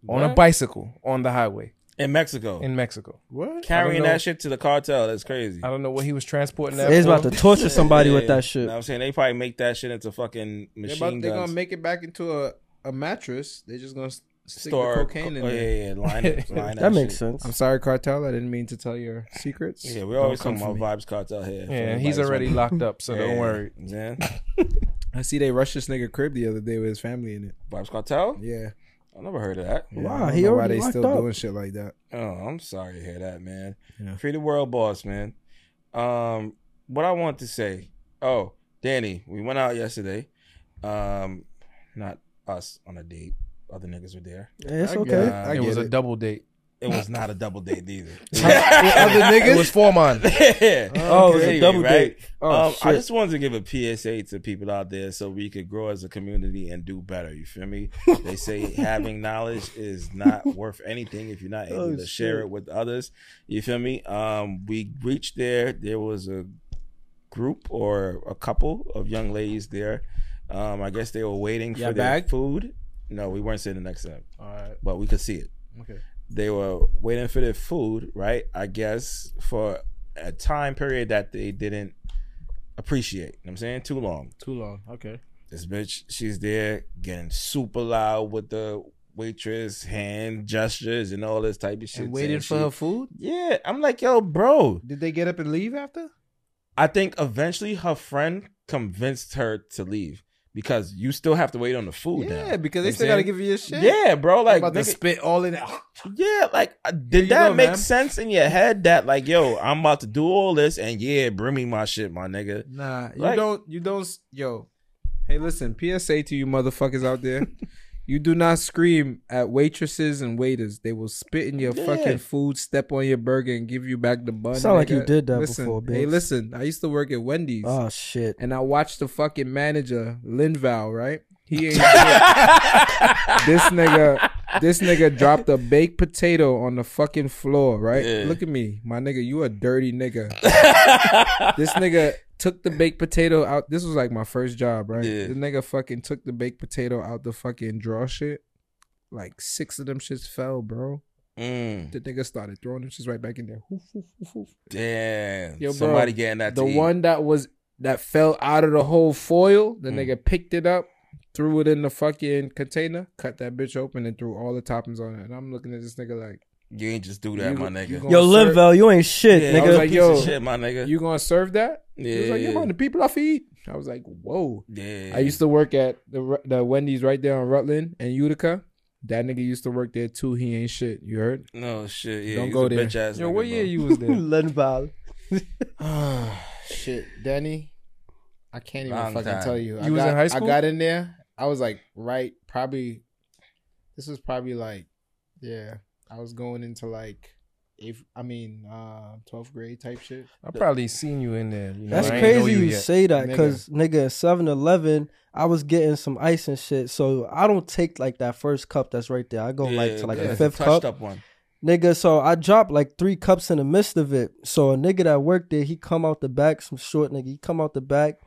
on a What? bicycle on the highway in Mexico. in Mexico. what? Carrying know. that shit to the cartel, that's crazy. I don't know what he was transporting that. They was about for. to torture somebody with that You shit. know what I'm saying they probably make that shit into fucking They're, machine about, guns. they're gonna make it back into a, a mattress. They're just gonna s- stick the store cocaine in oh, there. Yeah, yeah, line it, line That shit. makes sense. I'm sorry, cartel. I didn't mean to tell your secrets. Yeah, we're Don't always come talking for about me. vibes cartel here. Yeah, and he's already locked up, so don't worry. Yeah, I see they rushed this nigga crib the other day with his family in it. vibes cartel. Yeah. I never heard of that. yeah Wow, I don't he know already why they locked still up. doing shit like that. Oh, I'm sorry to hear that, man. Yeah. Free the world boss, man. Um, what I want to say. Oh, Danny, we went out yesterday. Um, not us on a date. Other niggas were there. Yeah, it's I get okay. it. I It Uh, it get was a it. double date. It was not a double date either. It other niggas. was four man. Yeah. Oh, it was a Anyway, double right? date. Oh, um, I shit. just wanted to give a PSA to people out there so we could grow as a community and do better. You feel me? They say having knowledge is not worth anything if you're not able Oh, to share shit. it with others. You feel me? Um, we reached there. There was a group or a couple of young ladies there. Um, I guess they were waiting for Your their bag? food. No, we weren't sitting next to them, All right. but we could see it Okay. they were waiting for their food, right? I guess for a time period that they didn't appreciate. You know what I'm saying too long. Too long. Okay. This bitch, she's there getting super loud with the waitress, hand gestures, and all this type of shit. And saying waiting for she- her food. Yeah, I'm like, yo, bro. Did they get up and leave after? I think eventually her friend convinced her to leave because you still have to wait on the food. yeah, now. You know what because they I'm still gotta saying? give you your shit. Yeah, bro. They Like, about to nigga- spit all in. it. Yeah, like uh, did you that go, make ma'am. sense in your head that like, yo, I'm about to do all this and yeah, bring me my shit, my nigga. Nah, you Like- don't. You don't. s- Yo, hey, listen. PSA to you, motherfuckers out there. you do not scream at waitresses and waiters. They will spit in your Yeah. fucking food, step on your burger, and give you back the bun. Sound like nigga. you did that listen, before, Hey, bitch. listen. I used to work at Wendy's, Oh shit. and I watched the fucking manager Linval. Right, he ain't. shit. this nigga. This nigga dropped a baked potato on the fucking floor, right? Yeah. Look at me, my nigga. You a dirty nigga this nigga took the baked potato out. This was like my first job, right? Yeah. The nigga fucking took the baked potato out the fucking draw shit. Like six of them shits fell, bro. Mm, The nigga started throwing them shits right back in there. Hoof, hoof, hoof, hoof. damn. Yo, bro, Somebody getting that. The to eat. one that was that fell out of the whole foil, the Mm. nigga picked it up, threw it in the fucking container, cut that bitch open, and threw all the toppings on it. And I'm looking at this nigga like, You ain't just do that, You- my you nigga. gon- Yo, sir. Linville, you ain't shit, yeah, I nigga. was like, like, yo, yo, shit, my nigga. "You gonna serve that?" He was like, Yeah. "You're on the people I feed." I was like, "Whoa." yeah. I used to work at the Ru- the Wendy's right there on Rutland and Utica. That nigga used to work there too. He ain't shit. You heard? No shit. Yeah, Don't he's go a there. Bitch ass Yo, nigga, what bro. year you was there? Linval. shit, Danny. I can't even Long fucking time. tell you. I You was in got, high school? I got in there. I was like, right, probably. This was probably like, yeah. I was going into like, eighth. I mean, uh, twelfth grade type shit. I probably seen you in there. You know, That's I ain't know crazy you you, yet. say that Nigga. because nigga, Seven Eleven, I was getting some ice and shit, so I don't take like that first cup that's right there. I go like Yeah, to like yeah, the it's a fifth touched cup, up one. nigga. So I dropped like three cups in the midst of it. So a nigga that worked there, he come out the back, some short nigga, he come out the back,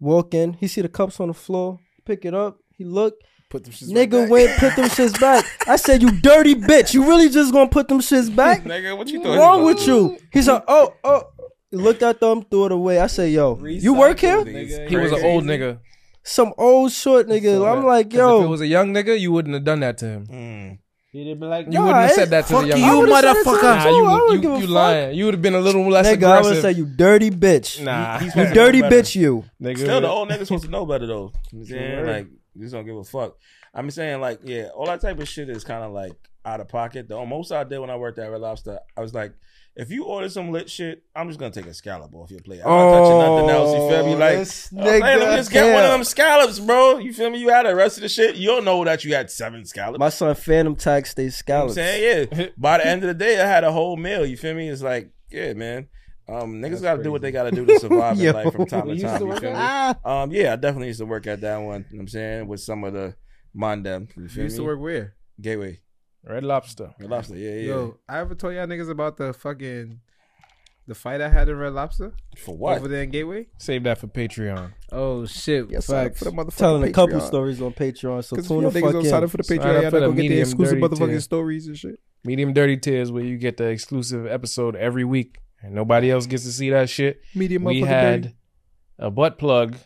walk in, he see the cups on the floor, pick it up, he look, Put them shits right nigga back. went put them shits back. I said, you dirty bitch, you really just gonna put them shits back? Nigga, what you thought? What's he wrong was- with you? He's like, oh, oh. He Looked at them, threw it away. I say, yo, you work here? He was an old nigga. Some old short nigga. I'm like, 'Cause if it yo, was a young nigga, you wouldn't have done that to him. Mm. You Nah, wouldn't have it's- said that to fuck the young. you, I nigga. would've said that Nah, to him. I you wouldn't would. You, give a you fuck. lying. You would have been a little less nigga, I aggressive. would say you dirty bitch. Nah, he's You dirty bitch, you. nigga. Still, the old niggas supposed to know better though. You know what I'm saying? Word. Like, you just don't give a fuck. I'm saying like, yeah, all that type of shit is kind of like out of pocket. The most I did when I worked at Red Lobster, I was like, if you order some lit shit, I'm just gonna take a scallop off your plate. I'm not touching nothing else. You feel me? Like, this I'm like, let me nigga, just get one of yeah. them scallops, bro. You feel me? You had the rest of the shit. You don't know that you had seven scallops. My son Phantom taxed they You know what scallops. I'm saying, yeah. By the end of the day, I had a whole meal. You feel me? It's like, yeah, man. Um, niggas got to do what they got to do to survive Yo. in life from time You to used time. to You work feel at- me? Um, yeah, I definitely used to work at that one. You know what I'm saying with some of the mandem. You You feel used me? to work where? Gateway. Red Lobster. Red Lobster. Yeah, yeah. yeah. Yo, I ever told y'all niggas about the fucking the fight I had in Red Lobster For what? over there in Gateway? Save that for Patreon. Oh shit! Yes, Fuck. sir, for the Telling a couple stories on Patreon, so Because tune the niggas fuck don't sign in. up for the Sign Patreon, up y'all for the not gonna get the medium exclusive dirty motherfucking tier. stories and shit. Medium Dirty Tears, where you get the exclusive episode every week, and nobody else gets to see that shit. Medium We motherfucking had dirty. a butt plug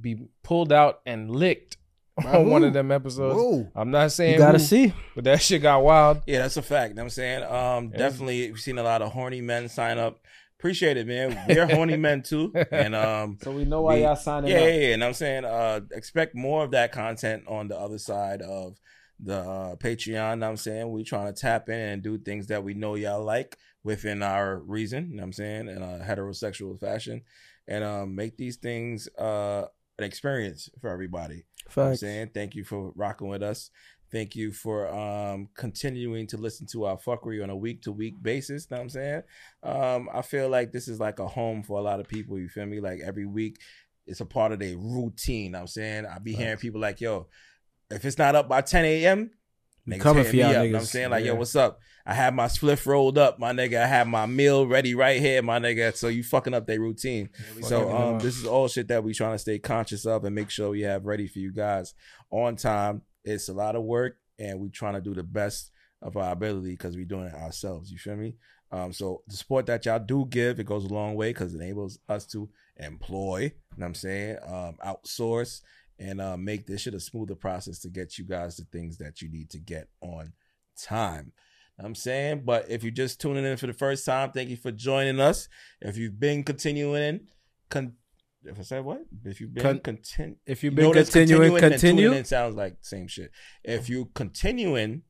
be pulled out and licked By on one who? of them episodes. Whoa. I'm not saying You gotta who, see. but that shit got wild. Yeah, that's a fact. You know what I'm saying? Um, Yeah. Definitely, we've seen a lot of horny men sign up. Appreciate it, man. We're horny men too. And um, So we know why We- y'all signing yeah, up. yeah, yeah. And I'm saying, uh, expect more of that content on the other side of the uh, Patreon. know what I'm saying we trying to tap in and do things that we know y'all like within our reason. You know what I'm saying in a heterosexual fashion, and um, make these things uh, an experience for everybody. You know what I'm Facts. saying thank you for rocking with us. Thank you for um, continuing to listen to our fuckery on a week to week basis. Know what I'm saying, um, I feel like this is like a home for a lot of people. You feel me? Like every week, it's a part of their routine. know what I'm saying I be hearing people like, "Yo, if it's not up by 10 a.m., We niggas coming hitting for y'all me up." know what I'm niggas. saying like, "Yo, Yeah. what's up? I have my spliff rolled up, my nigga. I have my meal ready right here, my nigga." So you fucking up their routine. So fucking them um, up. this is all shit that we trying to stay conscious of and make sure we have ready for you guys on time. It's a lot of work, and we trying to do the best of our ability because we're doing it ourselves. You feel me? Um, so the support that y'all do give, it goes a long way because it enables us to employ, you know what I'm saying, um, outsource and uh, make this shit a smoother process to get you guys the things that you need to get on time. You know what I'm saying, but if you're just tuning in for the first time, thank you for joining us. If you've been continuing, in, con- if I said what, if you've been Con- content, If you've you been notice continuing, and tuning continue. in sounds like same shit. If you continuing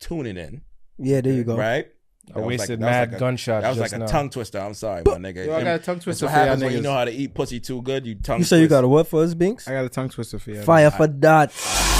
tuning in, Yeah, there you go. right? That I was wasted like- that was mad like a- gunshots. That was like just a now. tongue twister. I'm sorry, my nigga. Yo, I got a tongue That's twister what for y'all happens when you niggas. know how to eat pussy too good. You tongue. You say you twist. got a what for us, Binks? I got a tongue twister for y'all. Fire for dots.